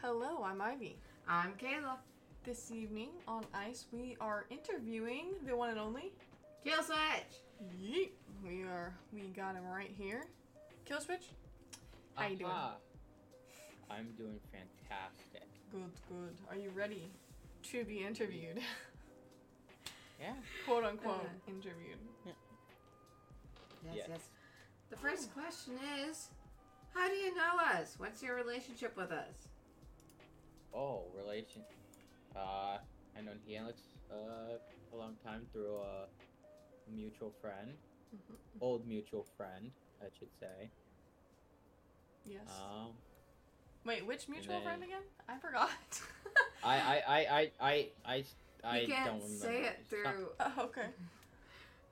Hello, I'm Ivy. I'm Kayla. This evening on Ice, we are interviewing the one and only. Kill Switch! Yeet. We are. We got him right here. Kill switch. How you doing? Aha. I'm doing fantastic. Good, good. Are you ready to be interviewed? Yeah. Quote unquote Uh. interviewed. Yes, Yes. yes. The first question is How do you know us? What's your relationship with us? Oh, relation. Uh, I known Helix uh, a long time through a mutual friend, Mhm. old mutual friend, I should say. Yes. Um, Wait, which mutual then- friend again? I forgot. I, I, I, I, I, I, I you can't don't remember. say it It's not- through. Oh, okay.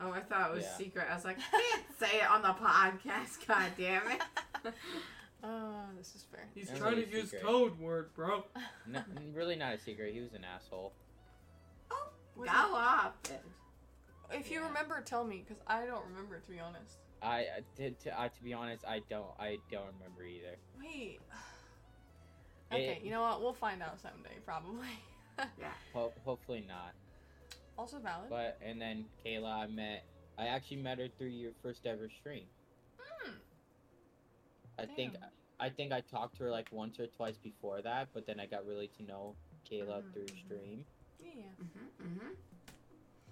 Oh, I thought it was Yeah. secret. I was like, I can't say it on the podcast, god damn it. Oh, this is fair. He's That's trying really to use secret. code word, bro. No, really not a secret. He was an asshole. oh, go Was it- up. If you Yeah. remember, tell me, because I don't remember, to be honest. I I- to to, I, to be honest, I don't I don't remember either. Wait. Okay, It- you know what? We'll find out someday, probably. Ho- hopefully not. also valid. But and then Kayla, I met. I actually met her through your first ever stream. Hmm. I think Damn. I think I talked to her like once or twice before that, but then I got really to know Kayla through Mhm. stream. Yeah. Mm-hmm, mm-hmm.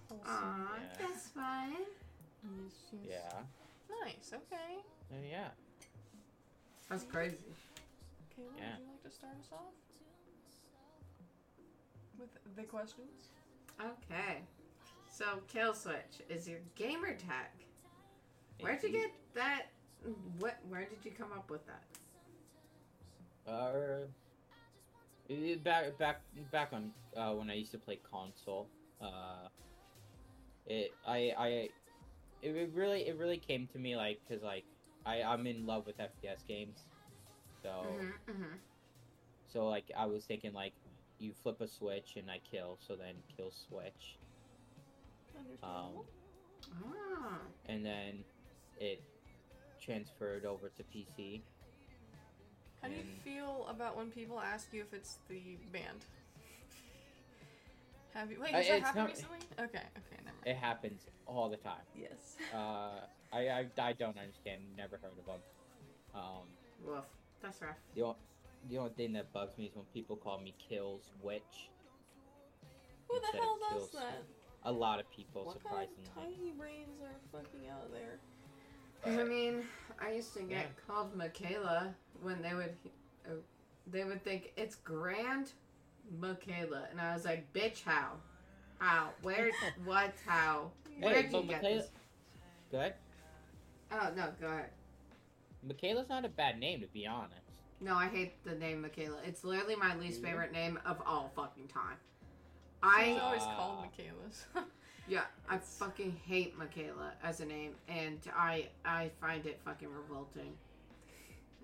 wholesome. Aw, Yeah. that's fun. Yes, yes. Yeah. Nice. Okay. And yeah. That's crazy. Kayla, Yeah. would you like to start us off with the questions? Okay. So, Kill Switch is your gamer tag. Where'd you get that? What? Where did you come up with that? Uh, eh, back back back on uh, when I used to play console. Uh, it I I it re- really it really came to me like because like I I'm in love with FPS games, so Mm-hmm, mm-hmm. so like I was thinking like you flip a switch and I kill, so then kill switch. Understandable. Ah, and then it transferred over to PC. How do you and- feel about when people ask you if it's the band? Have you? Wait, I- has that it's happened not- recently? Okay. Okay. Never mind. It happens all the time. Yes. Uh, I, I I don't understand. Never heard of them. Um, woof. That's rough. the o- the only thing that bugs me is when people call me kills witch. Who the instead of hell does kills. that? A lot of people, What kind surprisingly. of tiny brains are fucking out there? I But mean, I used to get Yeah. called Michaela when they would, oh, they would think it's Grand Michaela, and I was like, bitch, how, how, where, what, how, where did but you get Michaela- this? Good. Oh no, go ahead. Michaela's not a bad name to be honest. No, I hate the name Michaela. It's literally my least Yeah. favorite name of all fucking time. I I Uh, always called Michaela's. yeah, I fucking hate Michaela as a name, and I I find it fucking revolting.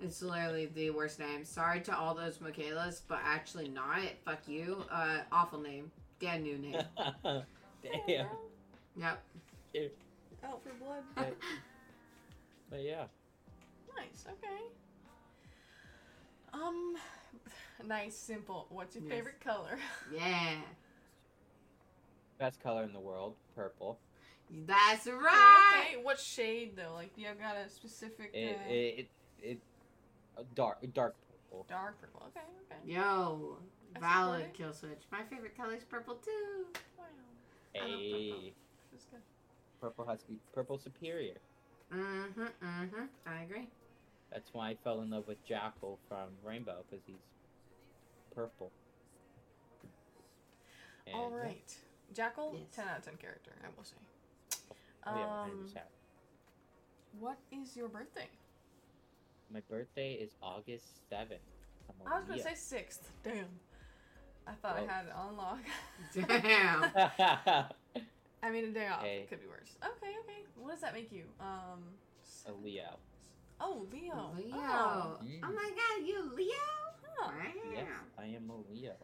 It's literally the worst name. Sorry to all those Michaelas, but actually not. Fuck you. Uh, awful name. Get a new name. Damn. yep. Out for blood. But, but yeah. Nice. Okay. Um, nice, simple. What's your Yes. favorite color? Yeah. Best color in the world, purple. That's right. okay. What shade though? Like, do you have got a specific? It uh, it it, it uh, dark dark purple. dark purple. Okay. Okay. Yo. I Valid support it. kill switch. My favorite color is purple too. Wow. I love Hey, This is good. purple husky, purple superior. Mm hmm. Mm hmm. I agree. That's why I fell in love with Jackal from Rainbow because he's purple. And, All yeah, right. Jackal, Yes. ten out of ten character. I will say. oh yeah, Um, 100%. what is your birthday? My birthday is August seventh. I was gonna say sixth. Damn. I thought Whoa. I had it on lock. Damn. say I mean, a day off Hey. could be worse. Okay, okay. What does that make you? Um. s- a Leo. Oh, Leo. Leo. Oh, Oh. my god, you Leo? huh. Wow. Yes, I am a Leo.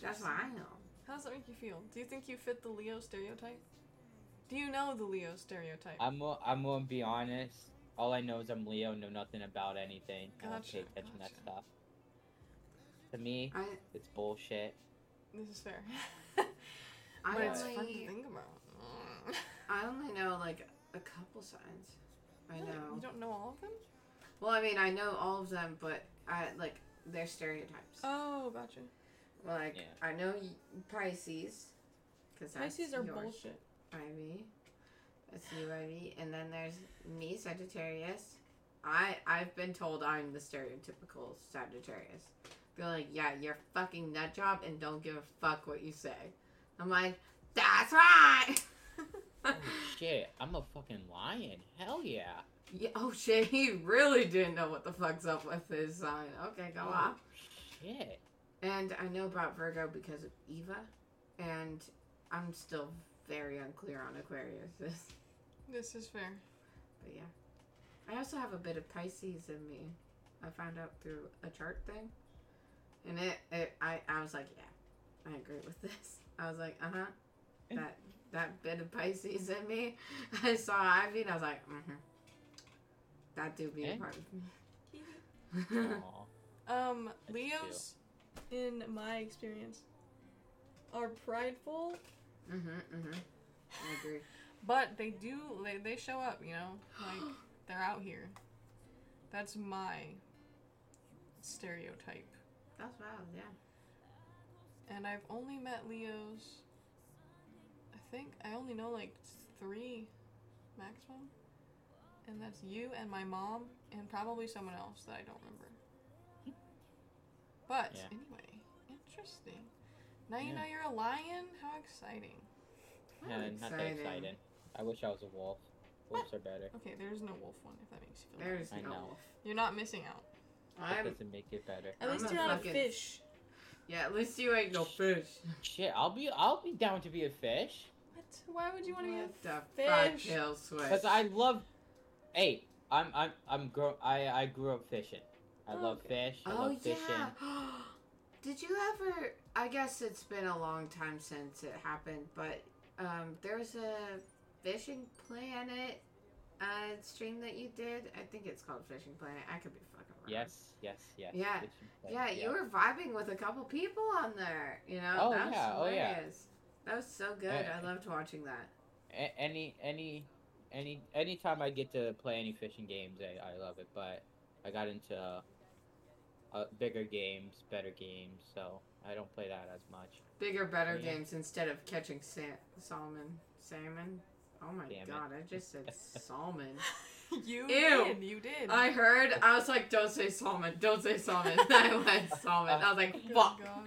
That's what I know. How does that make you feel? Do you think you fit the Leo stereotype? Do you know the Leo stereotype? I'm i I'm gonna be honest. All I know is I'm Leo. Know nothing about anything. I don't Gotcha, pay attention to that gotcha. stuff. To me, I it's bullshit. This is fair. I but only it's fun to think about. Mm. I only know like a couple signs. I Really? You know. don't know all of them? Well, I mean, I know all of them, but I like they're stereotypes. Oh, gotcha. like Yeah. I know y- Pisces, because Pisces are bullshit. Ivy. That's you, Ivy. And then there's me, Sagittarius. I I've been told I'm the stereotypical Sagittarius. They're like, yeah, you're a fucking nut job, and don't give a fuck what you say. I'm like, that's right. Oh shit, I'm a fucking lion. Hell yeah. yeah, oh shit, he really didn't know what the fuck's up with his sign. Okay, go Oh, off. Shit. And I know about Virgo because of Eva, and I'm still very unclear on Aquarius. but This is fair. yeah, I also have a bit of Pisces in me. I found out through a chart thing, and it, it I, I was like, yeah, I agree with this. I was like, uh huh, Yeah. that that bit of Pisces in me. I saw Ivy, and I was like, mm hmm, that do be Yeah. a part Mm-hmm, of me. Aw. Um, do. Leos, in my experience, are prideful, mm hmm, mm hmm. I agree. but they do they, they show up. You know, like they're out here. That's my stereotype, That's wild, yeah. and I've only met Leos. I think I only know like three, maximum, and that's you and my mom and probably someone else that I don't remember. But Yeah. anyway, interesting. Now you Yeah. know you're a lion. How exciting! Yeah, not that exciting. I wish I was a wolf. Wolves are better. Okay, there's no wolf one if that makes you feel better. There's I no. know. You're not missing out. That I'm doesn't make it better. At I'm least a you're not a fucking- fish. yeah. At least you ain't no fish. Shit, I'll be I'll be down to be a fish. What? Why would you want to be a What the fuck, fish? Hill Switch? Cause I love. Hey, I'm I'm I'm grow I I grew up fishing. I love Okay. fish. I Oh love fishing. yeah. Did you ever? I guess it's been a long time since it happened, but um, there was a fishing planet uh, stream that you did. I think it's called Fishing Planet. I could be fucking wrong. Yes, yes, yes. Yeah. fishing place, Yeah, you were vibing with a couple people on there. You know. Oh, that was yeah, oh, yeah. hilarious. That was so good. Eh. I loved watching that. A- any any any anytime I get to play any fishing games, I I love it. But I got into uh, bigger games, better games, so I don't play that as much. bigger, better Yeah. games instead of catching sa- salmon. Salmon. Oh my Damn it. god! I just said salmon. you Ew. did. You did. I heard. I was like, "Don't say salmon. Don't say salmon." I went salmon. I was like, Good "Fuck." God.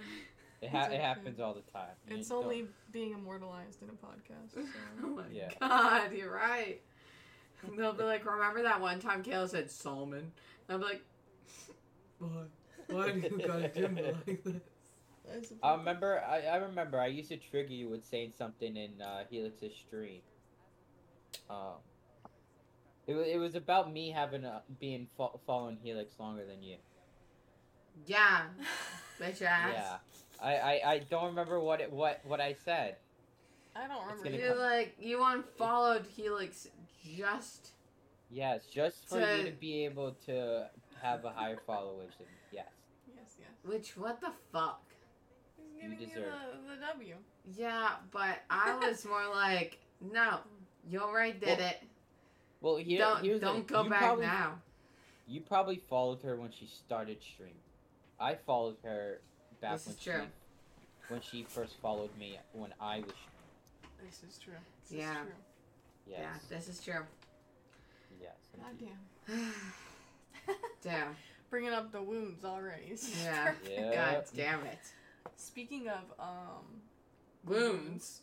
It ha- It's okay. it happens all the time. You It's don't- only being immortalized in a podcast. Oh So. my Yeah. god! You're right. And They'll be like, "Remember that one time Kayla said salmon?" And I'll be like, "Why? Why do you gotta do me like this?" I suppose- I remember. I, I remember. I used to trigger you with saying something in uh, Helix's stream. Um, it was it was about me having a, being fo- following Helix longer than you. Yeah, Ah. bitch Yeah, ass. I, I, I don't remember what it what what I said. I don't remember. gonna either. You're like, you unfollowed Helix just Yes, just for you To- to be able to have a higher followers. Than, yes, Yes, yes. Which what the fuck? He's giving you, deserve the, the W. Yeah, but I was more like, no, you already did Well, it. well here don't here's the- don't go you back probably, now. You probably followed her when she started stream. I followed her back This when is she true. when she first followed me when I was. This is true. This Yeah. Is true. Yes. Yeah, this is true. Yes. God indeed. damn. damn. Bringing up the wounds already. This is Yeah. perfect. Yeah. God damn it. Speaking of um Wounds.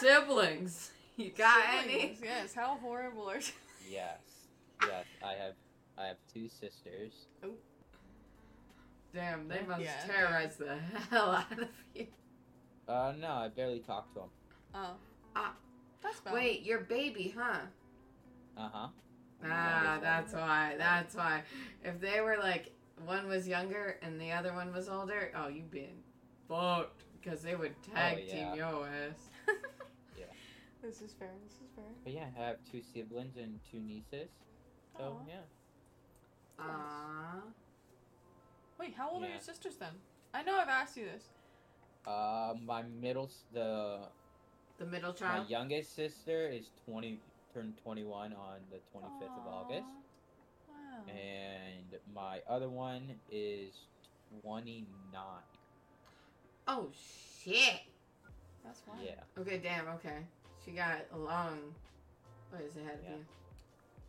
Siblings. You got Siblings, Yes. How horrible are? Yes. Yes. I have. I have two sisters. any? Damn, they must Yeah, terrorize the hell out of you. Uh, no, I barely talk to them. Oh. Ah. That's bad. Wait, your baby, huh? Uh huh. Ah, that's why. That's why. If they were like one was younger and the other one was older, oh, you been fucked because they would tag Oh, yeah. team your ass. This is fair. This is fair. But yeah, I have two siblings and Oh. two nieces. So Aw. yeah. Aww. Wait, how old are Yeah. your sisters then? I know I've asked you this. Uh, my middle, s- the The middle my child. youngest sister is twenty, turned twenty-one on the twenty-fifth of August, Eh, Aw, Wow. and my other one is twenty-nine. Oh shit. That's wild. Yeah. Okay, damn. Okay, she got a long ways ahead of Yeah.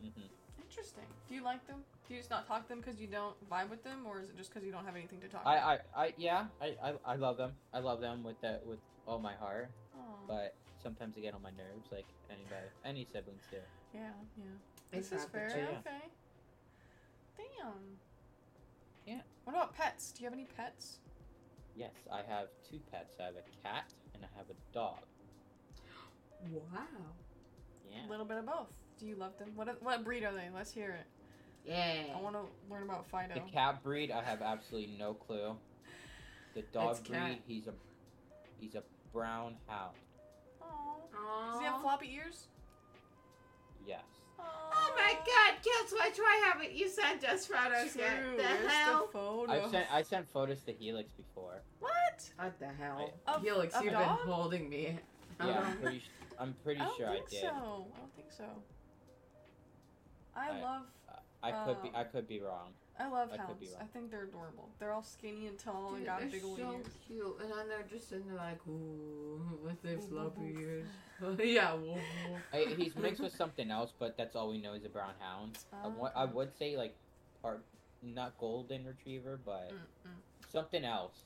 you. hmm Interesting. Do you like them? Do you just not talk to them because you don't vibe with them, or is it just because you don't have anything to talk I, about? I, I, yeah, I, I, I love them. I love them with that, with all my heart. Aw. But sometimes they get on my nerves, like anybody, any siblings do. yeah, yeah. It's This is fair. happened to too. Yeah. Okay. Damn. Yeah. What about pets? Do you have any pets? Yes, I have two pets. I have a cat and I have a dog. you. Wow. A Yeah. little bit of both. Do you love them? What what breed are they? Let's hear it. Yeah. I want to learn about Fido. The cat breed, I have absolutely no clue. The dog That's breed, cat. he's a, he's a brown hound. Aw. Aw. Does he have floppy ears? Yes. Oh my god, guess what? I haven't you sent us photos True. yet? Where's The hell? the photo? I've sent I sent photos to Helix before. what? What the hell? Of- Helix, of you've dog? been holding me. Yeah, Uh-huh. I'm pretty, sh- I'm pretty Oh. I don't sure I think did. so. I don't think so. I I- love I could be Oh. I could be wrong. I love I could be hounds. wrong. I think they're adorable. They're all skinny and tall Dude, and got they're big old so ears. cute, and then they're just in there like, ooh, with their Ooh, woof, floppy woof. ears. yeah, woof, woof. I, he's mixed with something else, but that's all we know is a brown hound. I, wa- I Oh, Okay. would say like part not golden retriever, but Mm, mm. something else.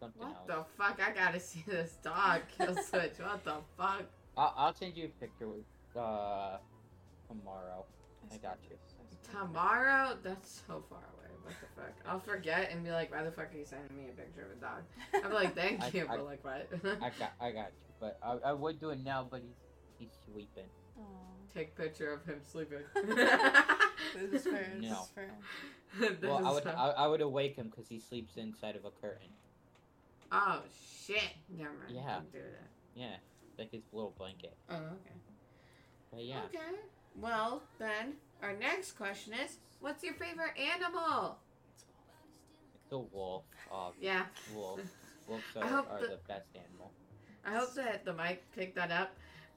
Something What else. the fuck? I gotta see this dog kill switch. What the fuck? I'll, I'll send you a picture with uh tomorrow. I got you. Tomorrow? That's so far away. What the fuck? I'll forget and be like, why the fuck are you sending me a picture of a dog? I'll be like, I- thank you, I- but like, what? I got I got you, but I, I would do it now, but he's he's sleeping. Aw. Take picture of him sleeping. This is fair. This No. is fair. This Well, I is would fair. I, I would awake him because he sleeps inside of a curtain. Oh shit! Never mind. Yeah. Don't do that. Yeah, like his little blanket. Oh okay. But yeah, Okay. Well then, our next question is, what's your favorite animal? it's a wolf. Uh, Yeah. wolf. Wolves I are, hope are the- the best animal. I hope that the mic picked that up.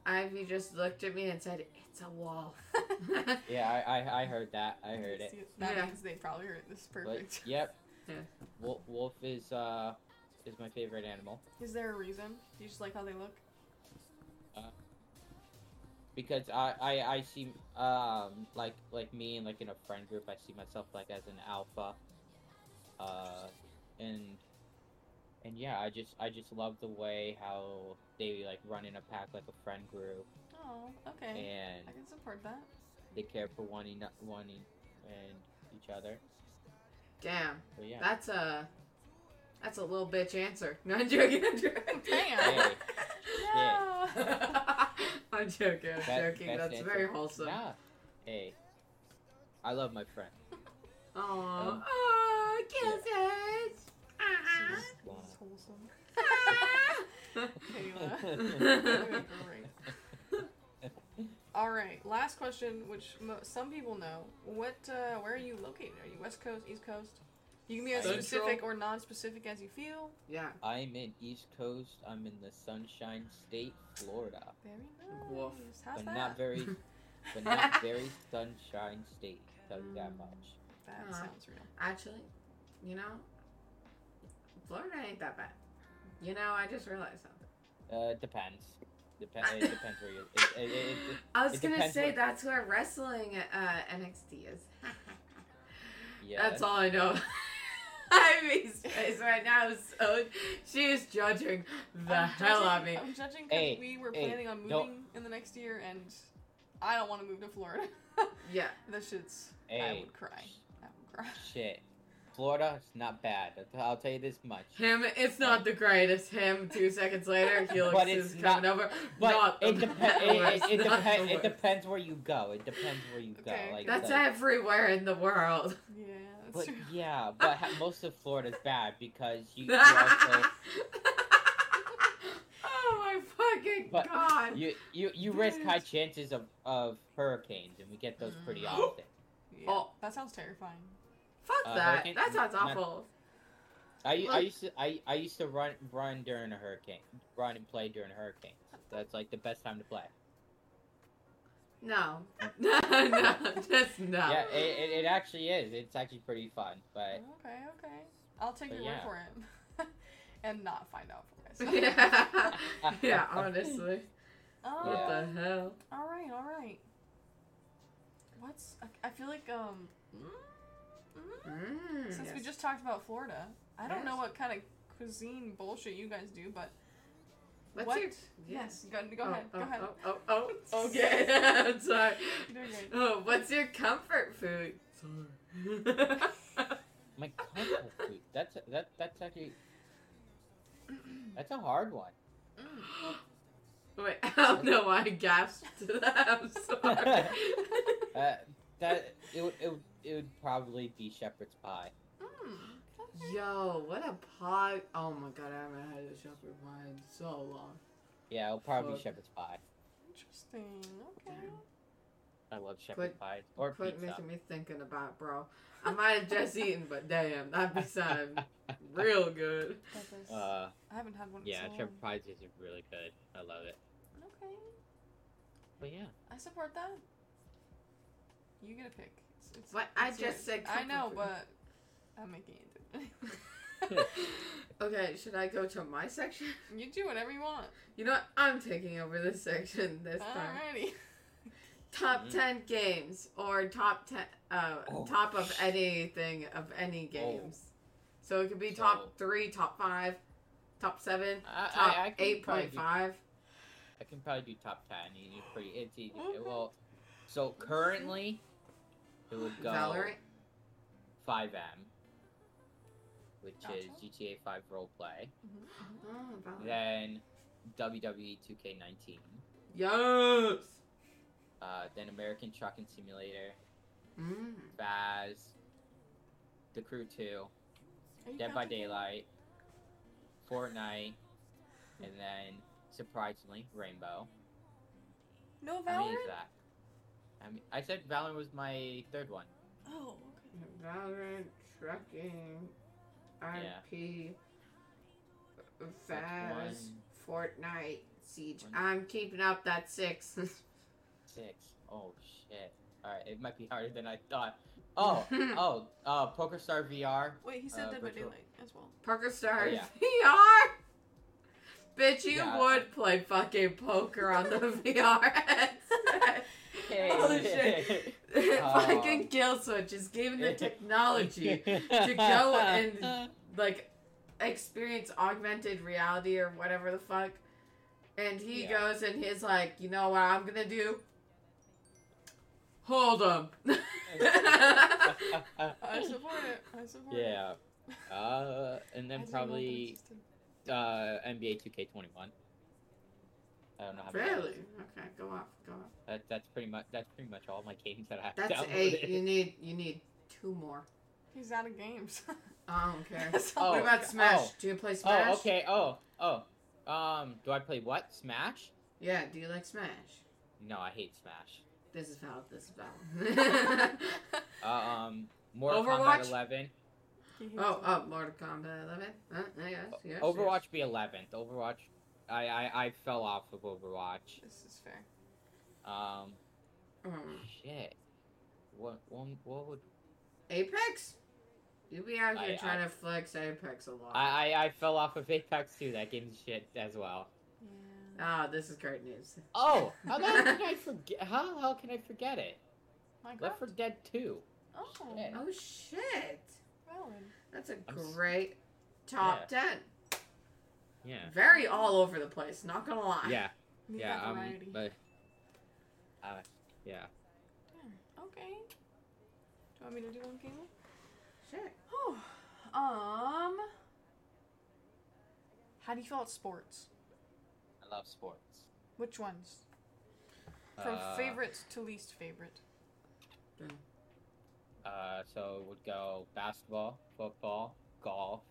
Ivy just looked at me and said, "It's a wolf." Yeah, I, I, I heard that. I heard it. See, That Yeah. means they probably heard it. This is But perfect. yep, Yeah. wolf, wolf is uh is my favorite animal Is there a reason? Do you just like how they look? because I, I I see um like like me and like in a friend group I see myself like as an alpha, uh, and and yeah I just I just love the way how they like run in a pack like a friend group Oh, okay. and I can support that. they care for one eno- one e- and each other. Damn, But yeah, that's a that's a little bitch answer. No, I'm joking. I'm joking. Damn. Hey. No. I'm joking. I'm Be- joking. best that's answer. very wholesome. nah, hey, I love my friend. Aww. Um, Oh, kisses. Ah. This is wholesome. Ah. Kayla. That'd be great. All right, last question, which mo- some people know. What? Uh, where are you located? Are you West Coast, East Coast? You can be as Central. specific or non-specific as you feel. yeah. I'm in East Coast. I'm in the Sunshine State, Florida, Very nice. Woof. How's but that? not very, but not very Sunshine State. Tell you that much. that Aw. sounds real. Actually, you know, Florida ain't that bad. You know, I just realized something. Uh, it depends. Depends. It depends where you. It, it, it, it, I was It gonna depends say what- that's where wrestling uh, NXT is. yeah. That's all I know. Ivy's face right now is so she is judging the I'm hell judging, out of me. I'm judging because Hey, we were hey, planning on moving don't- in the next year, and I don't want to move to Florida. Yeah, that shit's. I Hey. would cry. I would cry. Shit. Florida is not bad. I'll- I'll tell you this much. him. It's not the greatest. Him. Two seconds later, Helix But is it's coming not- over. But Not the it, depe- it, worst, it, it, not the depen- it worst. depends where you go. It depends where you go. Okay. Like, That's like, everywhere in the world. Yeah, that's But true. yeah, but ha- most of Florida's bad because you, you also oh my fucking But- god! you you, you risk Dude. high chances of, of hurricanes, and we Mm. get those pretty often. Yeah, Oh. that sounds terrifying. Fuck Uh, that. hurricane- That sounds not- awful. I, I Look. used to I, I used to run run during a hurricane, run and play during hurricanes. That's like the best time to play. No, no, no, just no. Oh. Yeah, it, it, it actually is. It's actually pretty fun. But Okay, okay. I'll take But your yeah. word for it, and not find out for myself. yeah. yeah, honestly. Um, What Yeah. the hell? All right, all right. What's I, I feel like um Mm, since we yes. just talked about Florida, I don't know Yes. what kind of cuisine bullshit you guys do, but What's what? your- Yes, go, go oh, ahead, Oh, go ahead. Oh, oh, oh, okay. I'm sorry. You're good. Oh, what's your comfort food? Sorry. Oh. my comfort food. That's that that's actually that's a hard one. Wait, I don't know why I gasped to that. I'm sorry. Uh, that it would, it would it would probably be shepherd's pie. Mm, okay. Yo, what a pie. Oh my god, I haven't had a shepherd pie in so long. Yeah, it'll probably be Fuck. shepherd's pie. Interesting. Okay. Damn. I love shepherd's Quit- pie or Quit pizza. making me thinking about, bro. I might have just eaten, but damn, that be sounding real good. That does- uh, I haven't had one. in yeah, so long. shepherd's pies is really good. I love it. Okay. But yeah, I support that. You get a pick. It's, it's, What? I it's yours. just said I know, comfort but I'm making it. do. okay, should I go to my section? you do whatever you want. You know what? I'm taking over this section this time. Alrighty. Top Mhm. 10 games or top 10, uh, Oh, top of shit. anything of any games. Oh. So it could be top 3, top 5, top 7, I, top I, I can probably do 8.5. I can probably do top ten. You- You're pretty. It's easy. Okay. Well, so currently, it would go Valorant. Five M, which is Gotcha. GTA Five roleplay. Oh, Valorant. Then WWE Two K Nineteen. Yes! Uh, then American Trucking Simulator, Mm. Baz, The Crew Two, Are you Dead by counting? Daylight, Fortnite, and then surprisingly Rainbow. No How many is Valorant? that? I mean, I said Valorant was my third one. Oh, Mm, Valorant, trucking, Yeah. RP, That's Faz, Fortnite, Siege. One. I'm keeping up that six. Six. Oh shit. All right, it might be harder than I thought. Oh, oh, uh, PokerStar VR. wait, he said Uh, Dead by virtual- Daylight as well. Poker Stars yeah. VR. Bitch, you Yeah. would play fucking poker on the VR headset. Holy Oh, shit. Um, fucking kill switch is giving the technology Oh, to go and- like experience augmented reality or whatever the fuck. And he Yeah. goes and he's like, you know what I'm gonna do? Hold him. I support it. I support it. yeah. Uh, and I then didn't know that probably existed. uh, NBA 2K21. I don't know how many. that really? is. Okay, go off, go off. That, that's pretty much that's pretty much all my games that I have That's downloaded. eight. You need you need two more. He's out of games. I don't care. That's all Oh, what I- about okay. Smash? Oh. Do you play Smash? Oh, okay. Oh, oh. Um, do I play what? Smash? Yeah, do you like Smash? No, I hate Smash. This is valid, this is valid. Uh, um, Mortal Overwatch? Kombat 11. He hates oh, it. oh, Mortal Kombat 11? Huh? Yes, yes, Overwatch be 11th. Overwatch, I, I I fell off of Overwatch. This is fair. Um, Yes. Um, shit. What one? What would Apex? You be out here I- trying to flex Apex a lot. I, I? I fell off of Apex too. That game's shit as well. Yeah. Ah, this is great news. Oh, how the hell can I forget? How the hell can I forget it? Left Minecraft. for Dead 2. Oh, Shit. Oh shit! Valorant. That's a I'm s- great top ten. Yeah. Very all over the place. Not gonna lie. Yeah. Need Yeah. that Um. variety. But. Uh, yeah. okay. Do you want me to do one game? Shit. Oh, um, how do you feel about sports? I love sports. Which ones? From Uh, favorite to least favorite. Uh, so it would go basketball, football, golf,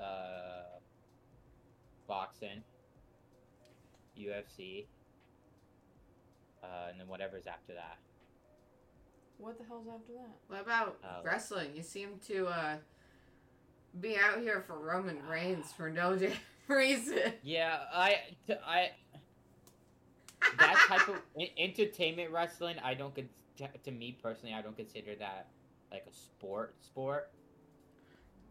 uh, boxing, UFC, uh, and then whatever's after that. What the hell's after that? What about Oh. wrestling? You seem to uh be out here for Roman Uh. Reigns for no damn reason. Yeah, I, t- I, that type of en- entertainment wrestling, I don't con- t- to me personally, I don't consider that like a sport. Sport,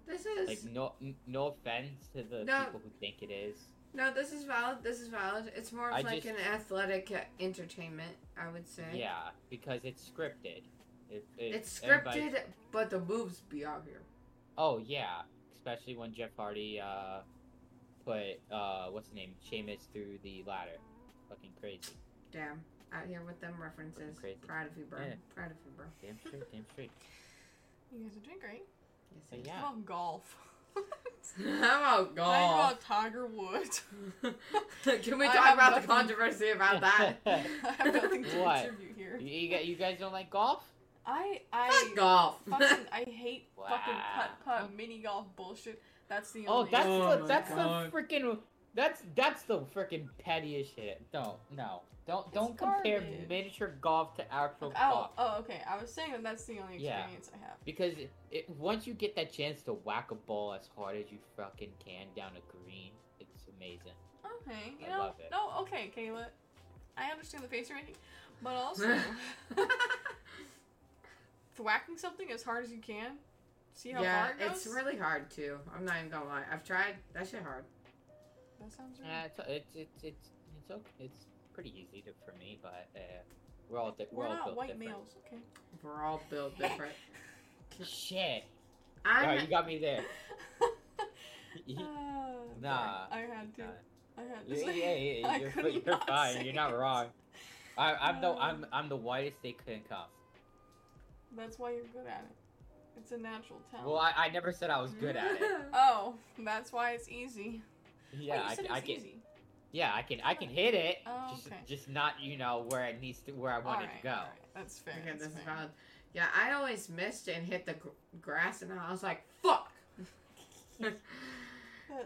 This is like no, n- no offense to the No. people who think it is. no. This is valid. This is valid. It's more of I like just- an athletic uh, entertainment, I would say. Yeah, because it's scripted. It, it- It's everybody- scripted, but the moves be out here. Oh yeah, especially when Jeff Hardy uh, put uh, what's his name, Sheamus through the ladder. Fucking crazy. Damn, out here with them references. Crazy. Proud of you, bro. Yeah. Proud of you, bro. Damn straight, damn straight. You guys are doing great. Yes, So it is. How yeah, about golf? How about How you golf? Oh. about Tiger Woods? Can we I talk have about the nothing- controversy about that? I have nothing to What? contribute here. you, you, guys- you guys don't like golf? I Fuck I golf. fucking I hate fucking putt Wow. putt mini golf bullshit. That's the Oh, only. that's Oh the my that's God. the freaking that's that's the freaking pettiest shit. No, no, don't don't compare garbage. miniature golf to actual Oh, golf oh, okay. I was saying that that's the only Yeah. experience I have. because it, it, once you get that chance to whack a ball as hard as you fucking can down a green, it's amazing. Okay, you I know, love it. no, okay, Kayla. I understand the face you're making, but also thwacking something as hard as you can. See how yeah, far it goes. it's really hard too. I'm not even gonna lie. I've tried that shit hard. that sounds right. Uh, it's it's it's it's it's okay. It's pretty easy to, for me, but uh, we're all di- we're, We're all not built white different. males, okay? We're all built different. Shit! I'm Alright, you got me there. Ah, nah, darn, I had to. nah. I had to. Yeah, say- yeah, yeah, I you're, fi- could you're not fine. say You're not it. wrong. I, I'm the I'm Um, I'm the whitest they couldn't come. That's why you're good at it. It's a natural talent. Well, I, I never said I was good at it. Oh, that's why it's easy. Yeah, Wait, you I, said I it's can. easy. Yeah, I can. I can hit it. Oh, just, okay. just not you know where it needs to where I want it Alright, to go. alright, That's fair. Okay, that's this is fair. valid. Yeah, I always missed and hit the gr- grass, and I was like, "Fuck!" That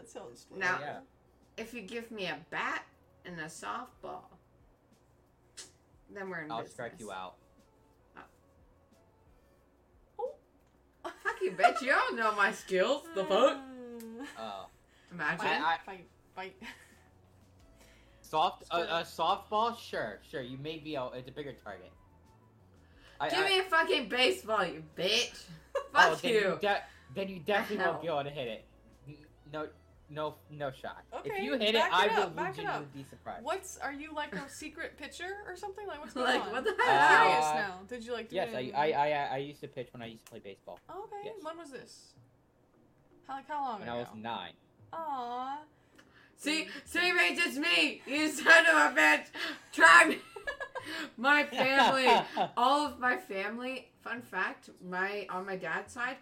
sounds fair. Now- Yeah. if you give me a bat and a softball, then we're in I'll business. strike you out. Fuck you, bitch! You don't know my skills. The fuck? Oh, Imagine. Uh, Fight, I- fight, fight. soft a Strike. uh, softball. Sure, sure. You may be. A, it's a bigger target. I, Give I- me a fucking baseball, you bitch. oh, Fuck then you. de- then you definitely won't hell? be able to hit it. N- No, no, no shot. if Okay, you hit it, back it I up, will back it legitimately up. be surprised. What's are you like a secret pitcher or something? Like what's going like, on? what the I'm hell? curious Uh, now. Did you like do Yes, it? I, in- I, I, I used to pitch when I used to play baseball Oh, okay. yes. When was this? How like how long when I ago? was nine. Aw. See, see, Rach, it's me. You son of a bitch. Try me. My family, all of my family. Fun fact: my on my dad's side,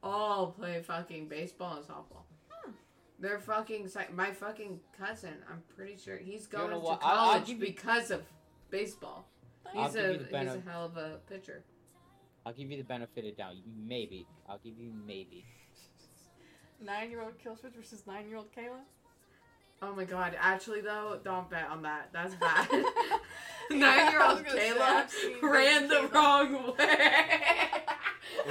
all play fucking baseball and softball. Hmm. They're fucking si- my fucking cousin. I'm pretty sure he's know going to what? college I- I'll give you- because of baseball. Thanks. I'll He's give a you the he's a benef- hell of a pitcher. I'll give you the benefit of doubt. Maybe I'll give you maybe. Nine year old Killswitch versus nine year old Kayla. Oh my god! Actually, though, don't bet on that. That's bad. Nine-year-old Kayla ran the wrong way.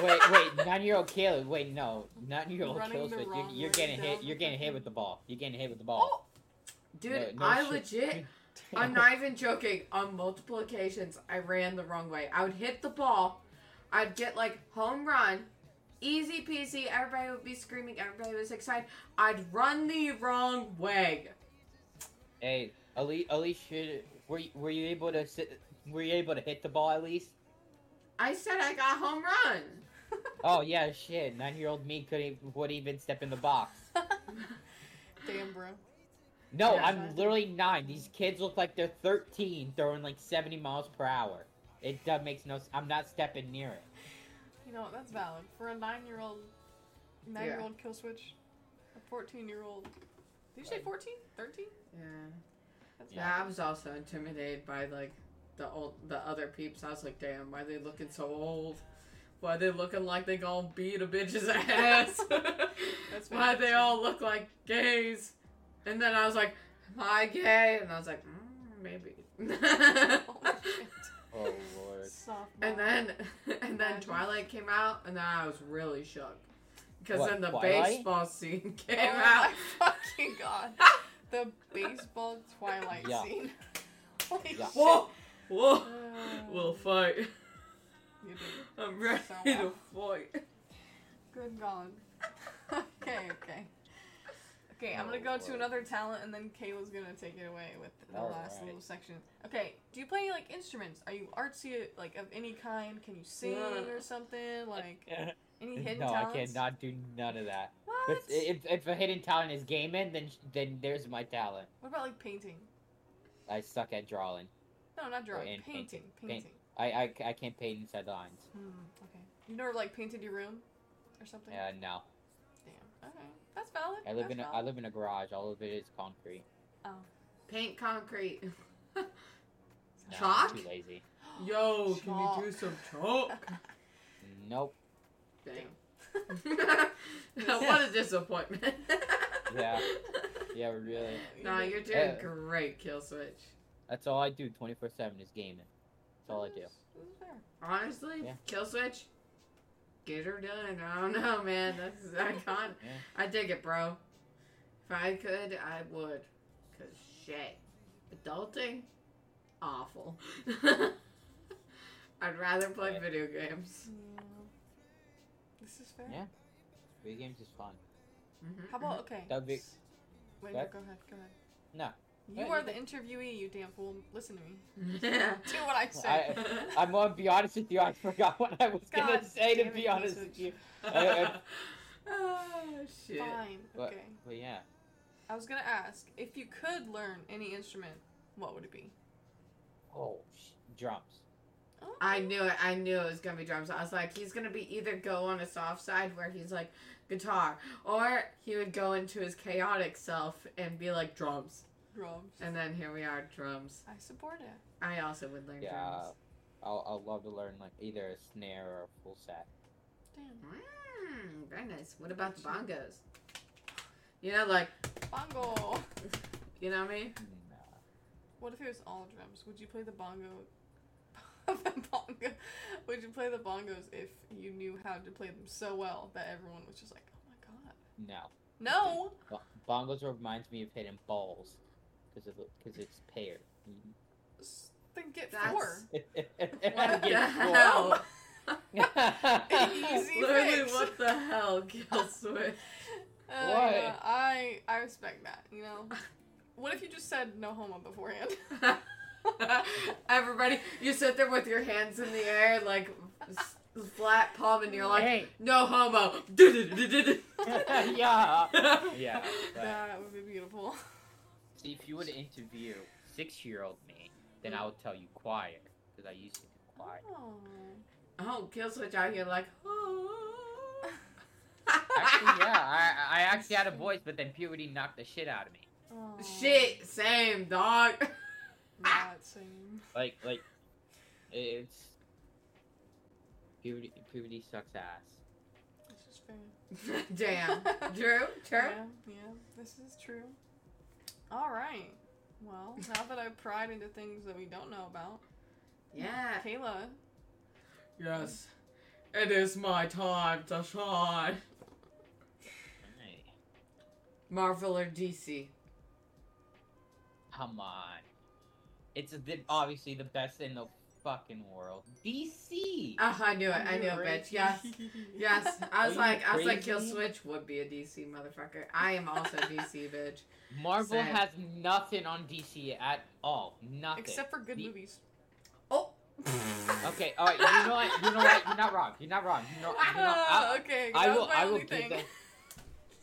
Wait, wait, nine-year-old Caleb. Wait, no, nine-year-old Running Caleb. the You're, wrong you're way getting down hit. the You're getting hit fucking- with the ball. You're getting hit with the Oh, ball. Dude, No- no I shit. legit, I'm not even joking. On multiple occasions, I ran the wrong way. I would hit the ball, I'd get like home run, easy peasy. Everybody would be screaming, everybody was excited. I'd run the wrong way. Hey, at least, at least should, were you, were you able to sit, were you able to hit the ball at least? I said I got home run. Oh yeah, shit. Nine-year-old me couldn't even- would even step in the box. Damn, bro. No, Yeah. I'm literally nine. These kids look like they're 13, throwing like 70 miles per hour. It does makes no. s- I'm not stepping near it. You know what? That's valid for a nine-year-old, nine-year-old Killswitch, a fourteen-year-old. Did you say Right. 14? 13? Yeah. That's Yeah, I was also intimidated by like the old the other peeps. I was like, damn, why they looking so old? Why they looking like they gonna beat a bitch's ass? That's why they all look like gays? And then I was like, am I gay? And I was like, mm, maybe. Oh, shit. Oh lord. Sophomore. and then and then Imagine. Twilight came out, and then I was really shook Because What, then the Twilight? baseball scene came oh out. my fucking god. The baseball Twilight Yeah. scene. Holy Yeah. shit. Whoa! Whoa! Um, We'll fight. you did. I'm ready So to well. fight. Good god. okay, okay. Okay, I'm gonna Oh, go to Lord. another talent and then Kayla's gonna take it away with the All last right. little section. Okay, do you play like instruments? Are you artsy like of any kind? Can you sing No. or something? Like any hidden Uh, no, I talents? cannot do none of that. What? But if, if a hidden talent is gaming, then then there's my talent. What about like painting? I suck at drawing. No, not drawing. and painting. painting. Painting. I, I, I can't paint inside the lines. Hmm, okay. You never like painted your room or something? Uh, no, Damn. Okay. That's valid. I live That's in a, I valid. live in a garage. All of it is concrete. Paint concrete. No, Chalk? I'm too lazy. Yo, Chalk. some chalk? Nope. Damn. what a disappointment. Yeah. Yeah, really. No, you're doing Yeah. great, Kill Switch. That's all I do. Twenty four seven is gaming. That's all I do. Honestly, Yeah. Kill Switch, get her done. I don't know, man. That's I can't. Yeah. I dig it, bro. If I could, I would. Cause shit, adulting, awful. I'd rather play Yeah. video games. Mm. This is fair. Yeah. Video games is fun. Mhm. How about okay? That'd be- s- Wait, no, that- go ahead, go ahead. No. You Right, are you the interviewee, you damn fool. Listen to me. yeah. Do what I say. I, I'm gonna be honest with you. I forgot what I was gonna God say. To damn it, be Kill honest Switch. with you. I- I- Ah, oh shit. Fine. What? Okay. But yeah, I was gonna ask if you could learn any instrument, what would it be? oh, sh- drums. Oh, I knew it. I knew it was gonna be drums. I was like, he's gonna be either go on a soft side where he's like guitar, or he would go into his chaotic self and be like drums. drums. And then here we are, drums. I support it. I also would learn Yeah, I'll, I'll love to learn like either a snare or a full set. Damn. drums. Mm, very nice. What about the bongos? You know, like Bongo. you know what I mean? Nah. What if it was all drums? Would you play the bongo? the bongo. Would you play the bongos if you knew how to play them so well that everyone was just like, oh my god. No, No. Bo- bongos reminds me of hitting balls because of because it's paired. S- Then get That's- four. What the Get four. hell? Easy Literally, fix. what the hell, Kill Switch? Uh, Why? yeah, I I respect that. You know. What if you just said no homo beforehand? Everybody, you sit there with your hands in the air, like s- flat palm, and you're like, Hey. no homo. yeah. Yeah. but- That would be beautiful. See, if you would interview six-year-old me, then I would tell you choir because I used to do choir. Oh. Oh, kill switch out here, like, oh. Actually, yeah, I, I actually had a voice, but then puberty knocked the shit out of me. Oh. Shit, same, dog. Not same. Like, like, it's puberty. Puberty sucks ass. This is fair. Damn. Drew, Drew? Yeah, yeah, this is true. All right. Well, now that I've pried into things that we don't know about, Yeah. Kayla, Yes. It is my time to shine. Hey, Marvel or DC? come on. It's the, obviously the best in the fucking world. DC. Oh, I knew it. I knew it, bitch. Yes. Yes. I was Are you like, I was like, crazy? Kill Switch would be a DC motherfucker. I am also DC, bitch. Marvel Sad. has nothing on DC at all. Nothing. Except for good The- movies. Oh. Okay, all right. You know what? You know what? You're not wrong. You're not wrong. You know. You know Ah, I, okay, I that will. was my I will only give thing. that.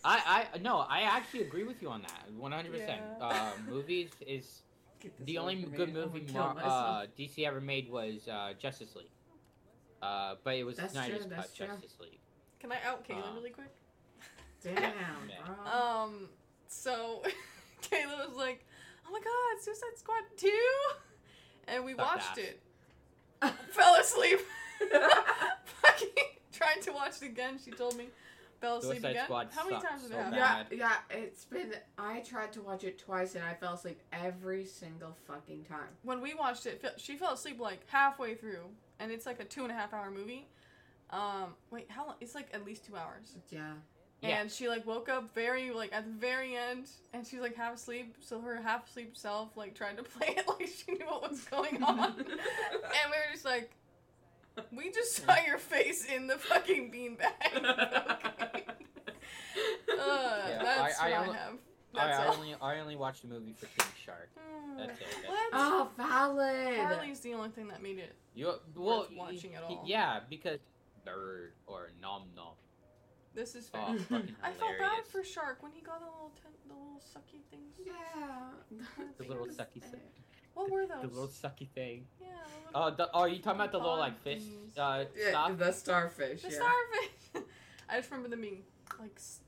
I, I no. I actually agree with you on that. One hundred percent. Yeah. Uh, movies is Get this the away only from me. good I'm gonna movie kill Mar- myself. uh, DC ever made was uh, Justice League. Uh, but it was That's Snyder's true, cut that's true. Justice League. Can I out Kayla Uh, really quick? Damn, Man. bro. Um, so Kayla was like, "Oh my God, Suicide Squad 2? and we Fuck watched that. it. Fell asleep. Fucking tried to watch it again. She told me. Fell asleep Suicide again. Squad How many sucks times did so it happen? Yeah, bad. yeah, it's been. I tried to watch it twice and I fell asleep every single fucking time. when we watched it, fe- she fell asleep like halfway through, and it's like a two and a half hour movie. Um, wait, how long? It's like at least two hours. Yeah. Yeah. And she like woke up very like at the very end, and she's like half asleep. So her half asleep self like tried to play it like she knew what was going on, and we were just like, we just saw your face in the fucking beanbag. Okay. Uh, Yeah, that's I- I what I only- have. That's I, I all. only I only watched the movie for King Shark. Hmm. That's it. That's What? oh, valid. Harley's the only thing that made it. You well Worth watching y- at y- all. Yeah, because bird or nom nom. This is fair. Oh, fucking hilarious. I felt bad for Shark when he got the little ten- the little sucky things. Yeah. the little sucky thing. What were The little those? sucky thing. Yeah, the little Oh, the, oh, you talking about the little like fish Things. uh, stuff? the starfish. the yeah. starfish. I just remember them being like s-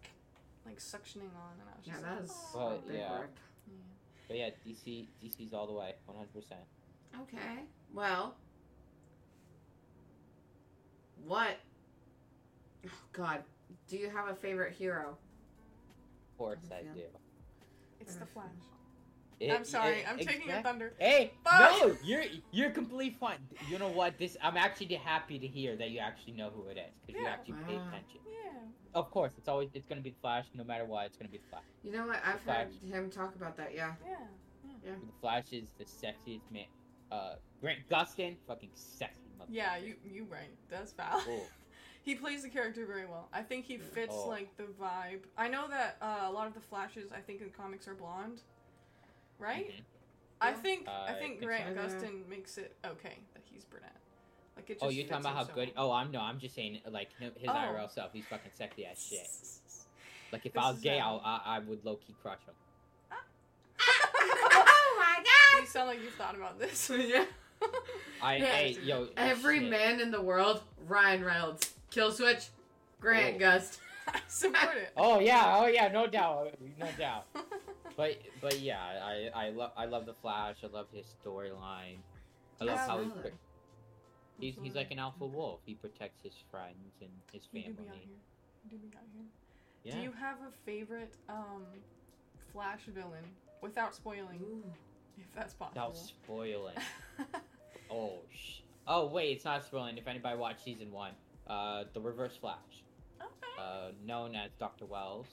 like suctioning on, and I was Yeah, just like, that's "Oh." Well, yeah. Yeah. But yeah, DC DC's all the way, one hundred percent. Okay. Well, what? Oh God, do you have a favorite hero? Of course I Oh, Yeah. do. It's the Flash. It- I'm sorry, it- I'm taking your exact- thunder. Hey, Fuck! no, you're you're completely fine. You know what? This I'm actually happy to hear that you actually know who it is because you Yeah. actually pay Wow. attention. Yeah. Of course, it's always it's gonna be the Flash, no matter what. It's gonna be the Flash. You know what? I've The heard him talk about that. Yeah. Yeah. The Flash is the sexiest man. Uh, Grant Gustin, fucking sexy. motherfucker. Yeah, you you right. That's valid. Cool. He plays the character very well. I think he fits Oh. like the vibe. I know that uh, a lot of the flashes I think in comics are blonde, right? Mhm. I Mm-hmm. Yeah. think I I think think Grant so. Yeah. Gustin makes it okay that he's brunette. Like it. Just Oh, you're talking fits about him how so good? well. Oh, I'm no, I'm just saying like him, his Oh. IRL self. He's fucking sexy as Oh, shit. Like if This I was is, gay, uh, I'll, I I would low key crush him. oh you sound like you've thought about this. my God. yeah. I Yeah. hey yo Every shit. man in the world, Ryan Reynolds. Kill switch, Grant Oh. Gust. I support it. Oh yeah, oh yeah, no doubt, no doubt. But but yeah, I I love I love the Flash. I love his storyline. I love Yeah, how he really. pr- he's he's like an alpha wolf. He protects his friends and his You do be out family. here. You do be out here. Yeah. Do you have a favorite um, Flash villain without Oh, spoiling, if that's Without possible? spoiling. Oh sh. Oh wait, it's not spoiling. If anybody watched season one, uh, the Reverse Flash, okay. uh, known as Doctor Wells.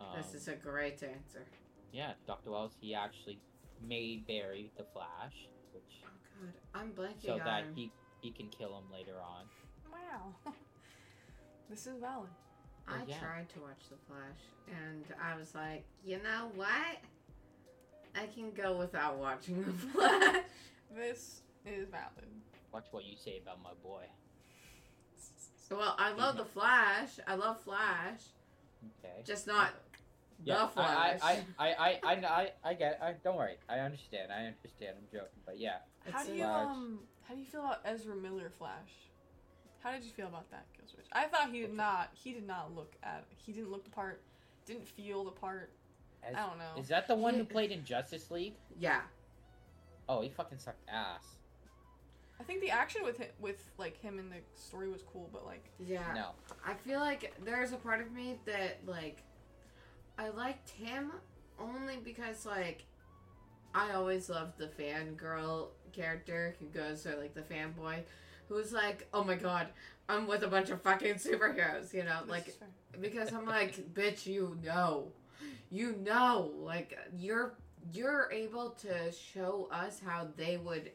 Um, This is a great answer. yeah, Doctor Wells. He actually made Barry the Flash, which Oh God, I'm blanking so on. that he he can kill him later on. Wow. this is valid. I Yeah. tried to watch The Flash, and I was like, you know what? I can go without watching The Flash. This is valid. Watch what you say about my boy. well, I love The Flash. I love Flash, Okay. just not yeah, The Flash. I, I, I, I, I, I, I get. It. I don't worry. I understand. I understand. I'm joking, but yeah. how It's do a- you Flash. um? How do you feel about Ezra Miller Flash? How did you feel about that Killswitch? I thought he did Okay. not. He did not look at. He didn't look the part. Didn't feel the part. Ez- I don't know. Is that the one who Oh. Yeah. played in Justice League? yeah, Oh, he fucking sucked ass. I think the action with him, with like him in the story was cool, but like yeah. No. I feel like there's a part of me that like I liked him only because like I always loved the fangirl character who goes or like the fanboy who's like, Oh my god, I'm with a bunch of fucking superheroes, you know? this Uh, Like is fair. because I'm like, bitch, you know. You know, like you're you're able to show us how they would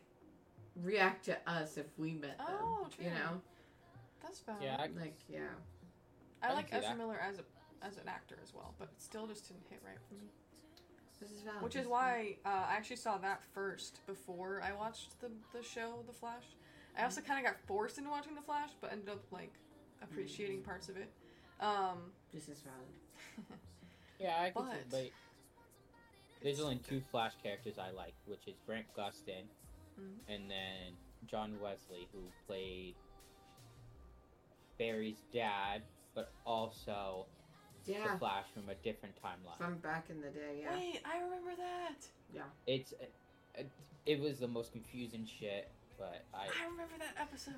react to us if we met them. Oh, true. You know? that's valid. Yeah. I, Oh, Like yeah. I, I like can see Ezra that. Miller as a as an actor as well, but it still just didn't hit right for me. This is valid. Which This is why uh, I actually saw that first before I watched the the show The Flash. I also kind of got forced into watching The Flash, but ended up like appreciating parts of it. Um, This is valid. yeah. I can see, But- but there's only two Flash characters I like, which is Grant Gustin, Mhm. Mm-hmm. and then John Wesley, who played Barry's dad, but also Yeah, the Flash from a different timeline. from back in the day. Yeah, Wait, I remember that. It's it, it was the most confusing shit, but I I remember that episode.